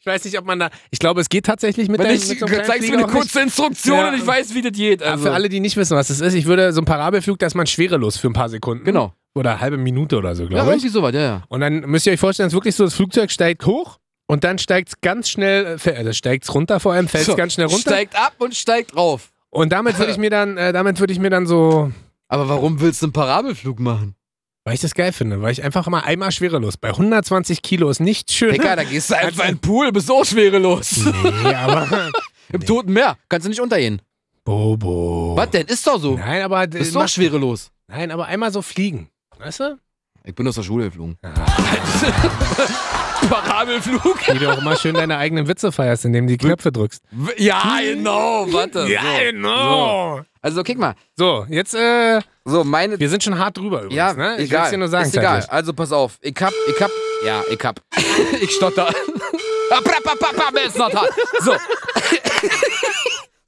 [SPEAKER 1] Ich weiß nicht, ob man da. Ich glaube, es geht tatsächlich mit
[SPEAKER 2] wenn
[SPEAKER 1] deinem-
[SPEAKER 2] ich,
[SPEAKER 1] mit so einem kleinen
[SPEAKER 2] zeigst du
[SPEAKER 1] Flieger
[SPEAKER 2] mir eine
[SPEAKER 1] auch nicht.
[SPEAKER 2] kurze Instruktion
[SPEAKER 1] Ja.
[SPEAKER 2] und ich weiß, wie das geht.
[SPEAKER 1] Ja,
[SPEAKER 2] Also.
[SPEAKER 1] Für alle, die nicht wissen, was das ist, ich würde so einen Parabelflug, dass man schwerelos für ein paar Sekunden.
[SPEAKER 2] Genau.
[SPEAKER 1] Oder eine halbe Minute oder so,
[SPEAKER 2] Ja,
[SPEAKER 1] glaube ich.
[SPEAKER 2] irgendwie sowas, ja, ja.
[SPEAKER 1] Und dann müsst ihr euch vorstellen, es ist wirklich so, das Flugzeug steigt hoch und dann steigt es ganz schnell, äh, also steigt es runter vor allem, fällt es
[SPEAKER 2] So,
[SPEAKER 1] ganz schnell runter.
[SPEAKER 2] Steigt ab und steigt rauf.
[SPEAKER 1] Und damit würde ich mir dann, äh, damit würde ich mir dann so,
[SPEAKER 2] Aber warum willst du einen Parabelflug machen?
[SPEAKER 1] weil ich das geil finde, weil ich einfach mal einmal schwerelos. Bei 120 Kilo ist nichts schöner.
[SPEAKER 2] Digga, da gehst du einfach in den Pool, bist auch schwerelos.
[SPEAKER 1] Nee, aber.
[SPEAKER 2] Im Toten Meer. Kannst du nicht untergehen.
[SPEAKER 1] Bobo.
[SPEAKER 2] Was denn? Ist doch so.
[SPEAKER 1] Nein, aber.
[SPEAKER 2] Bist doch schwerelos.
[SPEAKER 1] Nein, aber einmal so fliegen. Weißt du?
[SPEAKER 2] Ich bin aus der Schule geflogen. Parabelflug?
[SPEAKER 1] Wie du auch immer schön deine eigenen Witze feierst, indem du die Knöpfe drückst.
[SPEAKER 2] Ja, genau. Warte. so. So. Also, guck mal.
[SPEAKER 1] genau. So, jetzt, äh,
[SPEAKER 2] So, meine
[SPEAKER 1] wir sind schon hart drüber übrigens,
[SPEAKER 2] Ja,
[SPEAKER 1] ne?
[SPEAKER 2] egal.
[SPEAKER 1] Ich will's dir nur sagen,
[SPEAKER 2] ist egal.
[SPEAKER 1] zeitlich.
[SPEAKER 2] Also pass auf. Ich hab, ich hab, ja, ich hab. ich stotter. Ah, pra, pa, pa, pa, mir ist not hard. so. so,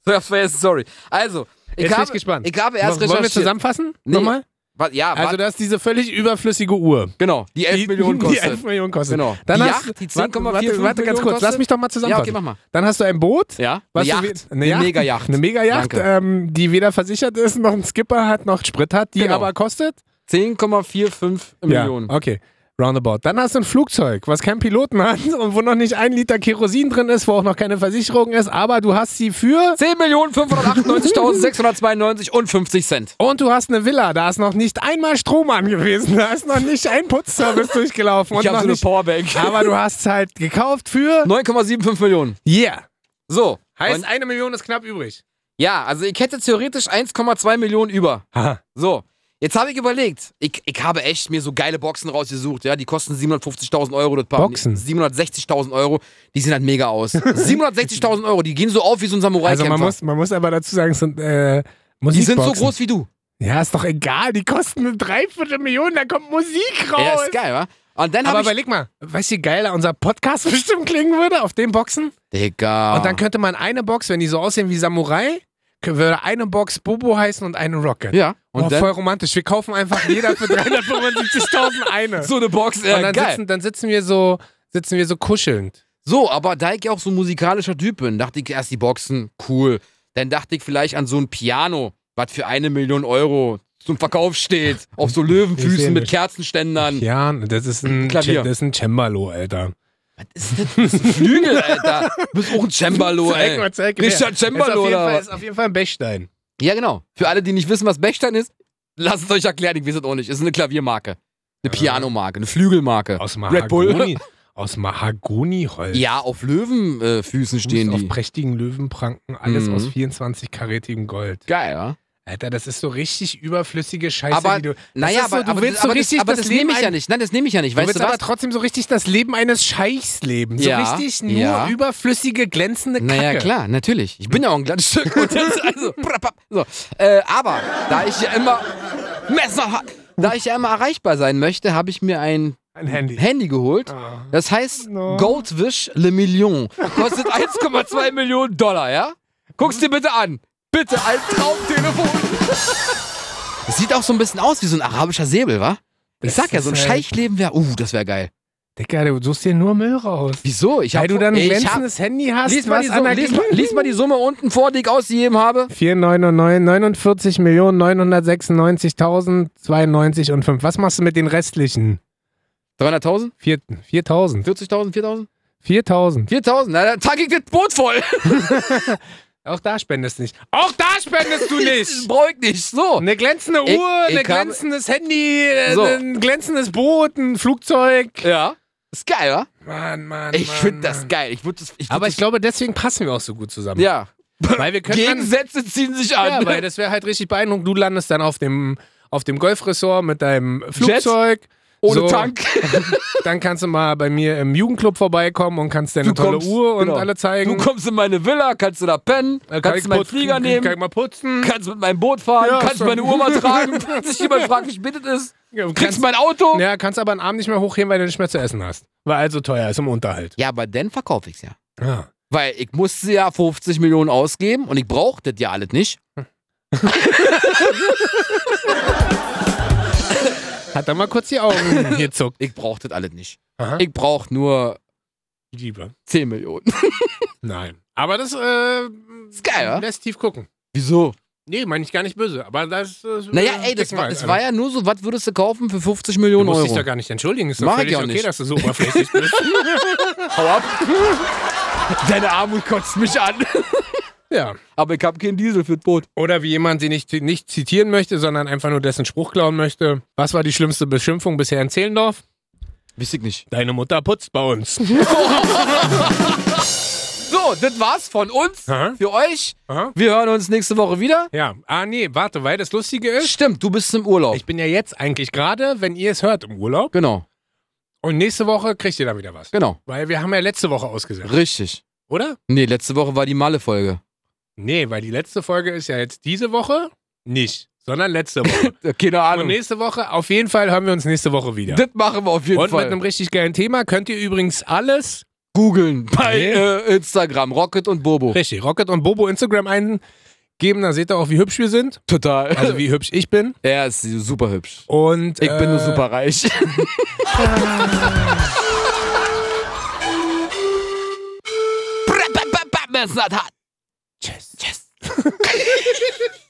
[SPEAKER 2] ich hab's vergessen, sorry. Also, ich
[SPEAKER 1] Jetzt bin
[SPEAKER 2] habe,
[SPEAKER 1] ich gespannt.
[SPEAKER 2] Ich habe erst
[SPEAKER 1] Wollen wir
[SPEAKER 2] recherchiert.
[SPEAKER 1] zusammenfassen?
[SPEAKER 2] Nee.
[SPEAKER 1] Nochmal?
[SPEAKER 2] Wa- Ja,
[SPEAKER 1] Also,
[SPEAKER 2] also
[SPEAKER 1] das ist diese völlig überflüssige Uhr.
[SPEAKER 2] genau. Die 11 Millionen
[SPEAKER 1] Die 11
[SPEAKER 2] kostet.
[SPEAKER 1] Millionen kostet.
[SPEAKER 2] Genau.
[SPEAKER 1] Dann
[SPEAKER 2] Die
[SPEAKER 1] hast,
[SPEAKER 2] Yacht, die
[SPEAKER 1] warte, warte,
[SPEAKER 2] 10,45
[SPEAKER 1] warte ganz
[SPEAKER 2] Millionen
[SPEAKER 1] kurz, lass
[SPEAKER 2] kostet.
[SPEAKER 1] mich doch mal
[SPEAKER 2] Ja,
[SPEAKER 1] zusammenfassen.
[SPEAKER 2] okay, mach mal.
[SPEAKER 1] Dann hast du ein Boot.
[SPEAKER 2] Ja,
[SPEAKER 1] was
[SPEAKER 2] eine
[SPEAKER 1] du
[SPEAKER 2] Yacht.
[SPEAKER 1] we- Eine, Yacht,
[SPEAKER 2] Megajacht.
[SPEAKER 1] Eine Megajacht,
[SPEAKER 2] Danke.
[SPEAKER 1] ähm, die weder versichert ist, noch einen Skipper hat, noch Sprit hat, die
[SPEAKER 2] Genau.
[SPEAKER 1] aber kostet.
[SPEAKER 2] 10,45 Millionen.
[SPEAKER 1] Ja, okay. Roundabout. Dann hast du ein Flugzeug, was keinen Piloten hat und wo noch nicht ein Liter Kerosin drin ist, wo auch noch keine Versicherung ist, aber du hast sie für.
[SPEAKER 2] 10.598.692 und 50 Cent.
[SPEAKER 1] Und du hast eine Villa, da ist noch nicht einmal Strom angewiesen, da ist noch nicht ein Putzservice durchgelaufen. Und
[SPEAKER 2] Ich habe
[SPEAKER 1] noch
[SPEAKER 2] so eine
[SPEAKER 1] nicht,
[SPEAKER 2] Powerbank.
[SPEAKER 1] aber du hast halt gekauft für.
[SPEAKER 2] 9,75 Millionen.
[SPEAKER 1] Yeah.
[SPEAKER 2] So.
[SPEAKER 1] Heißt,
[SPEAKER 2] Und-
[SPEAKER 1] eine Million ist knapp übrig.
[SPEAKER 2] ja, also ich hätte theoretisch 1,2 Millionen über.
[SPEAKER 1] Haha.
[SPEAKER 2] So, jetzt habe ich überlegt. Ich, ich habe echt mir so geile Boxen rausgesucht. Ja, die kosten 750.000 Euro. Das Paar.
[SPEAKER 1] Boxen?
[SPEAKER 2] 760.000 Euro. Die sehen halt mega aus. 760.000 Euro. Die gehen so auf wie so ein
[SPEAKER 1] Also
[SPEAKER 2] Samurai-Kämpfer.
[SPEAKER 1] man muss, man muss aber dazu sagen, es sind äh,
[SPEAKER 2] die sind
[SPEAKER 1] Musikboxen.
[SPEAKER 2] so groß wie du.
[SPEAKER 1] Ja, ist doch egal, die kosten eine Dreiviertelmillion, da kommt Musik raus.
[SPEAKER 2] Ja, ist geil, wa? Und dann
[SPEAKER 1] aber
[SPEAKER 2] habe ich...
[SPEAKER 1] überleg mal, weißt du, wie geil unser Podcast bestimmt klingen würde auf den Boxen?
[SPEAKER 2] Digga.
[SPEAKER 1] Und dann könnte man eine Box, wenn die so aussehen wie Samurai, kö- würde eine Box Bobo heißen und eine Rocket.
[SPEAKER 2] ja, und
[SPEAKER 1] Und oh,
[SPEAKER 2] dann...
[SPEAKER 1] voll romantisch. Wir kaufen einfach jeder für 375.000 eine.
[SPEAKER 2] So eine Box, ja,
[SPEAKER 1] und dann
[SPEAKER 2] geil.
[SPEAKER 1] sitzen, dann sitzen wir so, sitzen wir so kuschelnd.
[SPEAKER 2] So, aber da ich ja auch so ein musikalischer Typ bin, dachte ich erst die Boxen, cool. Dann dachte ich vielleicht an so ein Piano, was für eine Million Euro zum Verkauf steht. Auf so Löwenfüßen mit Kerzenständern.
[SPEAKER 1] Ja, das ist ein,
[SPEAKER 2] Klavier.
[SPEAKER 1] Klavier. Das ist ein Cembalo, Alter.
[SPEAKER 2] Was ist das? Das ist ein Flügel, Alter. Du bist auch ein Cembalo,
[SPEAKER 1] Zeig
[SPEAKER 2] ey.
[SPEAKER 1] mal, zeig mal.
[SPEAKER 2] Richard
[SPEAKER 1] ist,
[SPEAKER 2] Cembalo
[SPEAKER 1] auf jeden
[SPEAKER 2] oder
[SPEAKER 1] Fall,
[SPEAKER 2] was?
[SPEAKER 1] ist auf jeden Fall ein Bechstein.
[SPEAKER 2] Ja, genau. Für alle, die nicht wissen, was Bechstein ist, lasst es euch erklären. Ich weiß es auch nicht. Es ist eine Klaviermarke. Eine Pianomarke, eine Flügelmarke.
[SPEAKER 1] Aus
[SPEAKER 2] Red Bull.
[SPEAKER 1] Mahagoni. Aus Mahagoniholz.
[SPEAKER 2] Ja, auf Löwenfüßen äh, Füßen stehen
[SPEAKER 1] auf
[SPEAKER 2] die.
[SPEAKER 1] prächtigen Löwenpranken, alles
[SPEAKER 2] Mhm.
[SPEAKER 1] aus 24 karätigem Gold.
[SPEAKER 2] Geil, ja?
[SPEAKER 1] Alter, das ist so richtig überflüssige Scheiße,
[SPEAKER 2] Aber-
[SPEAKER 1] die du. Das
[SPEAKER 2] Naja,
[SPEAKER 1] ist so,
[SPEAKER 2] aber,
[SPEAKER 1] du
[SPEAKER 2] aber,
[SPEAKER 1] willst
[SPEAKER 2] das-
[SPEAKER 1] so
[SPEAKER 2] aber,
[SPEAKER 1] richtig
[SPEAKER 2] das, aber das, nehme ich ja
[SPEAKER 1] ein-
[SPEAKER 2] nicht. Nein, das nehme ich ja nicht.
[SPEAKER 1] Du
[SPEAKER 2] Weißt
[SPEAKER 1] willst
[SPEAKER 2] du was?
[SPEAKER 1] aber trotzdem so richtig das Leben eines Scheichs leben.
[SPEAKER 2] Ja,
[SPEAKER 1] so richtig nur
[SPEAKER 2] ja.
[SPEAKER 1] überflüssige, glänzende Kacke.
[SPEAKER 2] Naja, klar, natürlich. Ich bin ja auch ein glattes Stück. Und das, also, prap, prap. so. äh, aber da ich ja immer Messer, da ich ja immer erreichbar sein möchte, habe ich mir ein
[SPEAKER 1] Ein Handy.
[SPEAKER 2] Handy geholt.
[SPEAKER 1] Ah.
[SPEAKER 2] Das heißt
[SPEAKER 1] No.
[SPEAKER 2] Goldwish Le Million. Kostet 1,2 Millionen Dollar, ja? Guck's dir bitte an. Bitte, als Traumtelefon. Das sieht auch so ein bisschen aus wie so ein arabischer Säbel, wa? Ich
[SPEAKER 1] Das
[SPEAKER 2] sag ja, so ein
[SPEAKER 1] ist halt-
[SPEAKER 2] Scheichleben wäre, uh, das wäre geil.
[SPEAKER 1] Digga, du suchst dir nur Müll raus.
[SPEAKER 2] Wieso? Ich hab
[SPEAKER 1] Weil du
[SPEAKER 2] vor-
[SPEAKER 1] dann ein
[SPEAKER 2] Ey, ich hab-
[SPEAKER 1] glänzendes Handy hast,
[SPEAKER 2] Lies mal, die
[SPEAKER 1] was
[SPEAKER 2] Summe,
[SPEAKER 1] anerkannt-
[SPEAKER 2] lies, mal, lies mal die Summe unten vor, die ich ausgegeben habe.
[SPEAKER 1] 4.999.996.092 und 5. Was machst du mit den restlichen?
[SPEAKER 2] 300.000?
[SPEAKER 1] 4- 4.000.
[SPEAKER 2] 40.000? 4.000?
[SPEAKER 1] 4.000.
[SPEAKER 2] 4.000? Na, dann tank ich das Boot voll.
[SPEAKER 1] Auch da spendest nicht. Auch da spendest du
[SPEAKER 2] Das
[SPEAKER 1] nicht!
[SPEAKER 2] brauch ich nicht. So.
[SPEAKER 1] Eine glänzende
[SPEAKER 2] Ich-
[SPEAKER 1] Uhr,
[SPEAKER 2] ich
[SPEAKER 1] ein
[SPEAKER 2] hab-
[SPEAKER 1] glänzendes Handy, äh,
[SPEAKER 2] So.
[SPEAKER 1] ein glänzendes Boot, ein Flugzeug.
[SPEAKER 2] Ja. Ist geil, wa?
[SPEAKER 1] Mann, Mann,
[SPEAKER 2] Ich
[SPEAKER 1] Mann,
[SPEAKER 2] finde das
[SPEAKER 1] Mann.
[SPEAKER 2] geil. Ich würde das. würd
[SPEAKER 1] Aber
[SPEAKER 2] das,
[SPEAKER 1] ich glaube, deswegen passen wir auch so gut zusammen.
[SPEAKER 2] Ja.
[SPEAKER 1] Weil wir können dann,
[SPEAKER 2] Gegensätze ziehen sich
[SPEAKER 1] ja,
[SPEAKER 2] an.
[SPEAKER 1] weil das wäre halt richtig beeindruckend. Du landest dann auf dem, auf dem Golfressort mit deinem Flugzeug.
[SPEAKER 2] Ohne
[SPEAKER 1] so.
[SPEAKER 2] Tank.
[SPEAKER 1] Dann kannst du mal bei mir im Jugendclub vorbeikommen und kannst deine
[SPEAKER 2] Du
[SPEAKER 1] tolle
[SPEAKER 2] kommst-
[SPEAKER 1] Uhr und
[SPEAKER 2] genau.
[SPEAKER 1] alle zeigen.
[SPEAKER 2] Du kommst in meine Villa, kannst du da pennen,
[SPEAKER 1] Äh,
[SPEAKER 2] kannst du meinen
[SPEAKER 1] putzen,
[SPEAKER 2] Flieger nehmen,
[SPEAKER 1] Kann ich mal putzen.
[SPEAKER 2] kannst mit meinem Boot fahren,
[SPEAKER 1] Ja,
[SPEAKER 2] kannst
[SPEAKER 1] so.
[SPEAKER 2] meine Uhr mal tragen, wenn sich jemand fragt, wie spät es ist,
[SPEAKER 1] Ja, du
[SPEAKER 2] kriegst
[SPEAKER 1] kannst,
[SPEAKER 2] mein Auto. Ja,
[SPEAKER 1] ja, kannst aber einen Abend nicht mehr hochheben, weil du nicht mehr zu essen hast. Weil also teuer ist im Unterhalt.
[SPEAKER 2] aber dann verkaufe ich's ja.
[SPEAKER 1] Ja.
[SPEAKER 2] Weil ich musste ja 50 Millionen ausgeben und ich brauche das ja alles nicht.
[SPEAKER 1] Hat dann mal kurz die Augen gezuckt.
[SPEAKER 2] Ich brauche das alles nicht.
[SPEAKER 1] Aha.
[SPEAKER 2] Ich brauche nur
[SPEAKER 1] Liebe.
[SPEAKER 2] 10 Millionen.
[SPEAKER 1] Nein. Aber das äh,
[SPEAKER 2] Ist geil, wa?
[SPEAKER 1] lässt tief gucken.
[SPEAKER 2] Wieso?
[SPEAKER 1] Nee, meine ich gar nicht böse. Aber das. äh, das
[SPEAKER 2] Naja, ey, das war, das war ja nur so, was würdest du kaufen für 50 Millionen
[SPEAKER 1] also- Du musst dich
[SPEAKER 2] Euro?
[SPEAKER 1] doch gar nicht entschuldigen. Ist doch
[SPEAKER 2] Mach ich
[SPEAKER 1] völlig
[SPEAKER 2] auch
[SPEAKER 1] okay,
[SPEAKER 2] nicht.
[SPEAKER 1] dass du so oberflächlich bist.
[SPEAKER 2] Hau ab. Deine Armut kotzt mich an.
[SPEAKER 1] ja.
[SPEAKER 2] Aber ich habe keinen Diesel für das Boot.
[SPEAKER 1] Oder wie jemand, den ich nicht zitieren möchte, sondern einfach nur dessen Spruch klauen möchte. Was war die schlimmste Beschimpfung bisher in Zehlendorf?
[SPEAKER 2] Wiss ich nicht.
[SPEAKER 1] Deine Mutter putzt bei uns.
[SPEAKER 2] Mhm. So, das war's von uns.
[SPEAKER 1] Aha.
[SPEAKER 2] Für euch.
[SPEAKER 1] Aha.
[SPEAKER 2] Wir hören uns nächste Woche wieder.
[SPEAKER 1] ja. Ah, nee, warte, weil das Lustige ist.
[SPEAKER 2] Stimmt, du bist im Urlaub.
[SPEAKER 1] Ich bin ja jetzt eigentlich gerade, wenn ihr es hört, im Urlaub.
[SPEAKER 2] genau,
[SPEAKER 1] Und nächste Woche kriegt ihr dann wieder was.
[SPEAKER 2] genau.
[SPEAKER 1] Weil wir haben ja letzte Woche ausgesetzt,
[SPEAKER 2] Richtig.
[SPEAKER 1] oder?
[SPEAKER 2] Nee, letzte Woche war die Malle-Folge.
[SPEAKER 1] Nee, weil die letzte Folge ist ja jetzt diese Woche nicht, sondern letzte Woche.
[SPEAKER 2] Äh, Keine
[SPEAKER 1] Und
[SPEAKER 2] Ahnung.
[SPEAKER 1] nächste Woche, auf jeden Fall hören wir uns nächste Woche wieder.
[SPEAKER 2] Das machen wir auf jeden
[SPEAKER 1] Und mit
[SPEAKER 2] Fall.
[SPEAKER 1] einem richtig geilen Thema könnt ihr übrigens alles
[SPEAKER 2] Googeln bei
[SPEAKER 1] Nee.
[SPEAKER 2] äh, Instagram, Rocket und Bobo.
[SPEAKER 1] Richtig, Rocket und Bobo Instagram eingeben, da seht ihr auch, wie hübsch wir sind.
[SPEAKER 2] Total.
[SPEAKER 1] Also wie hübsch ich bin.
[SPEAKER 2] er ist super hübsch.
[SPEAKER 1] Und
[SPEAKER 2] Ich
[SPEAKER 1] äh,
[SPEAKER 2] bin nur super reich. Tschüss. Tschüss.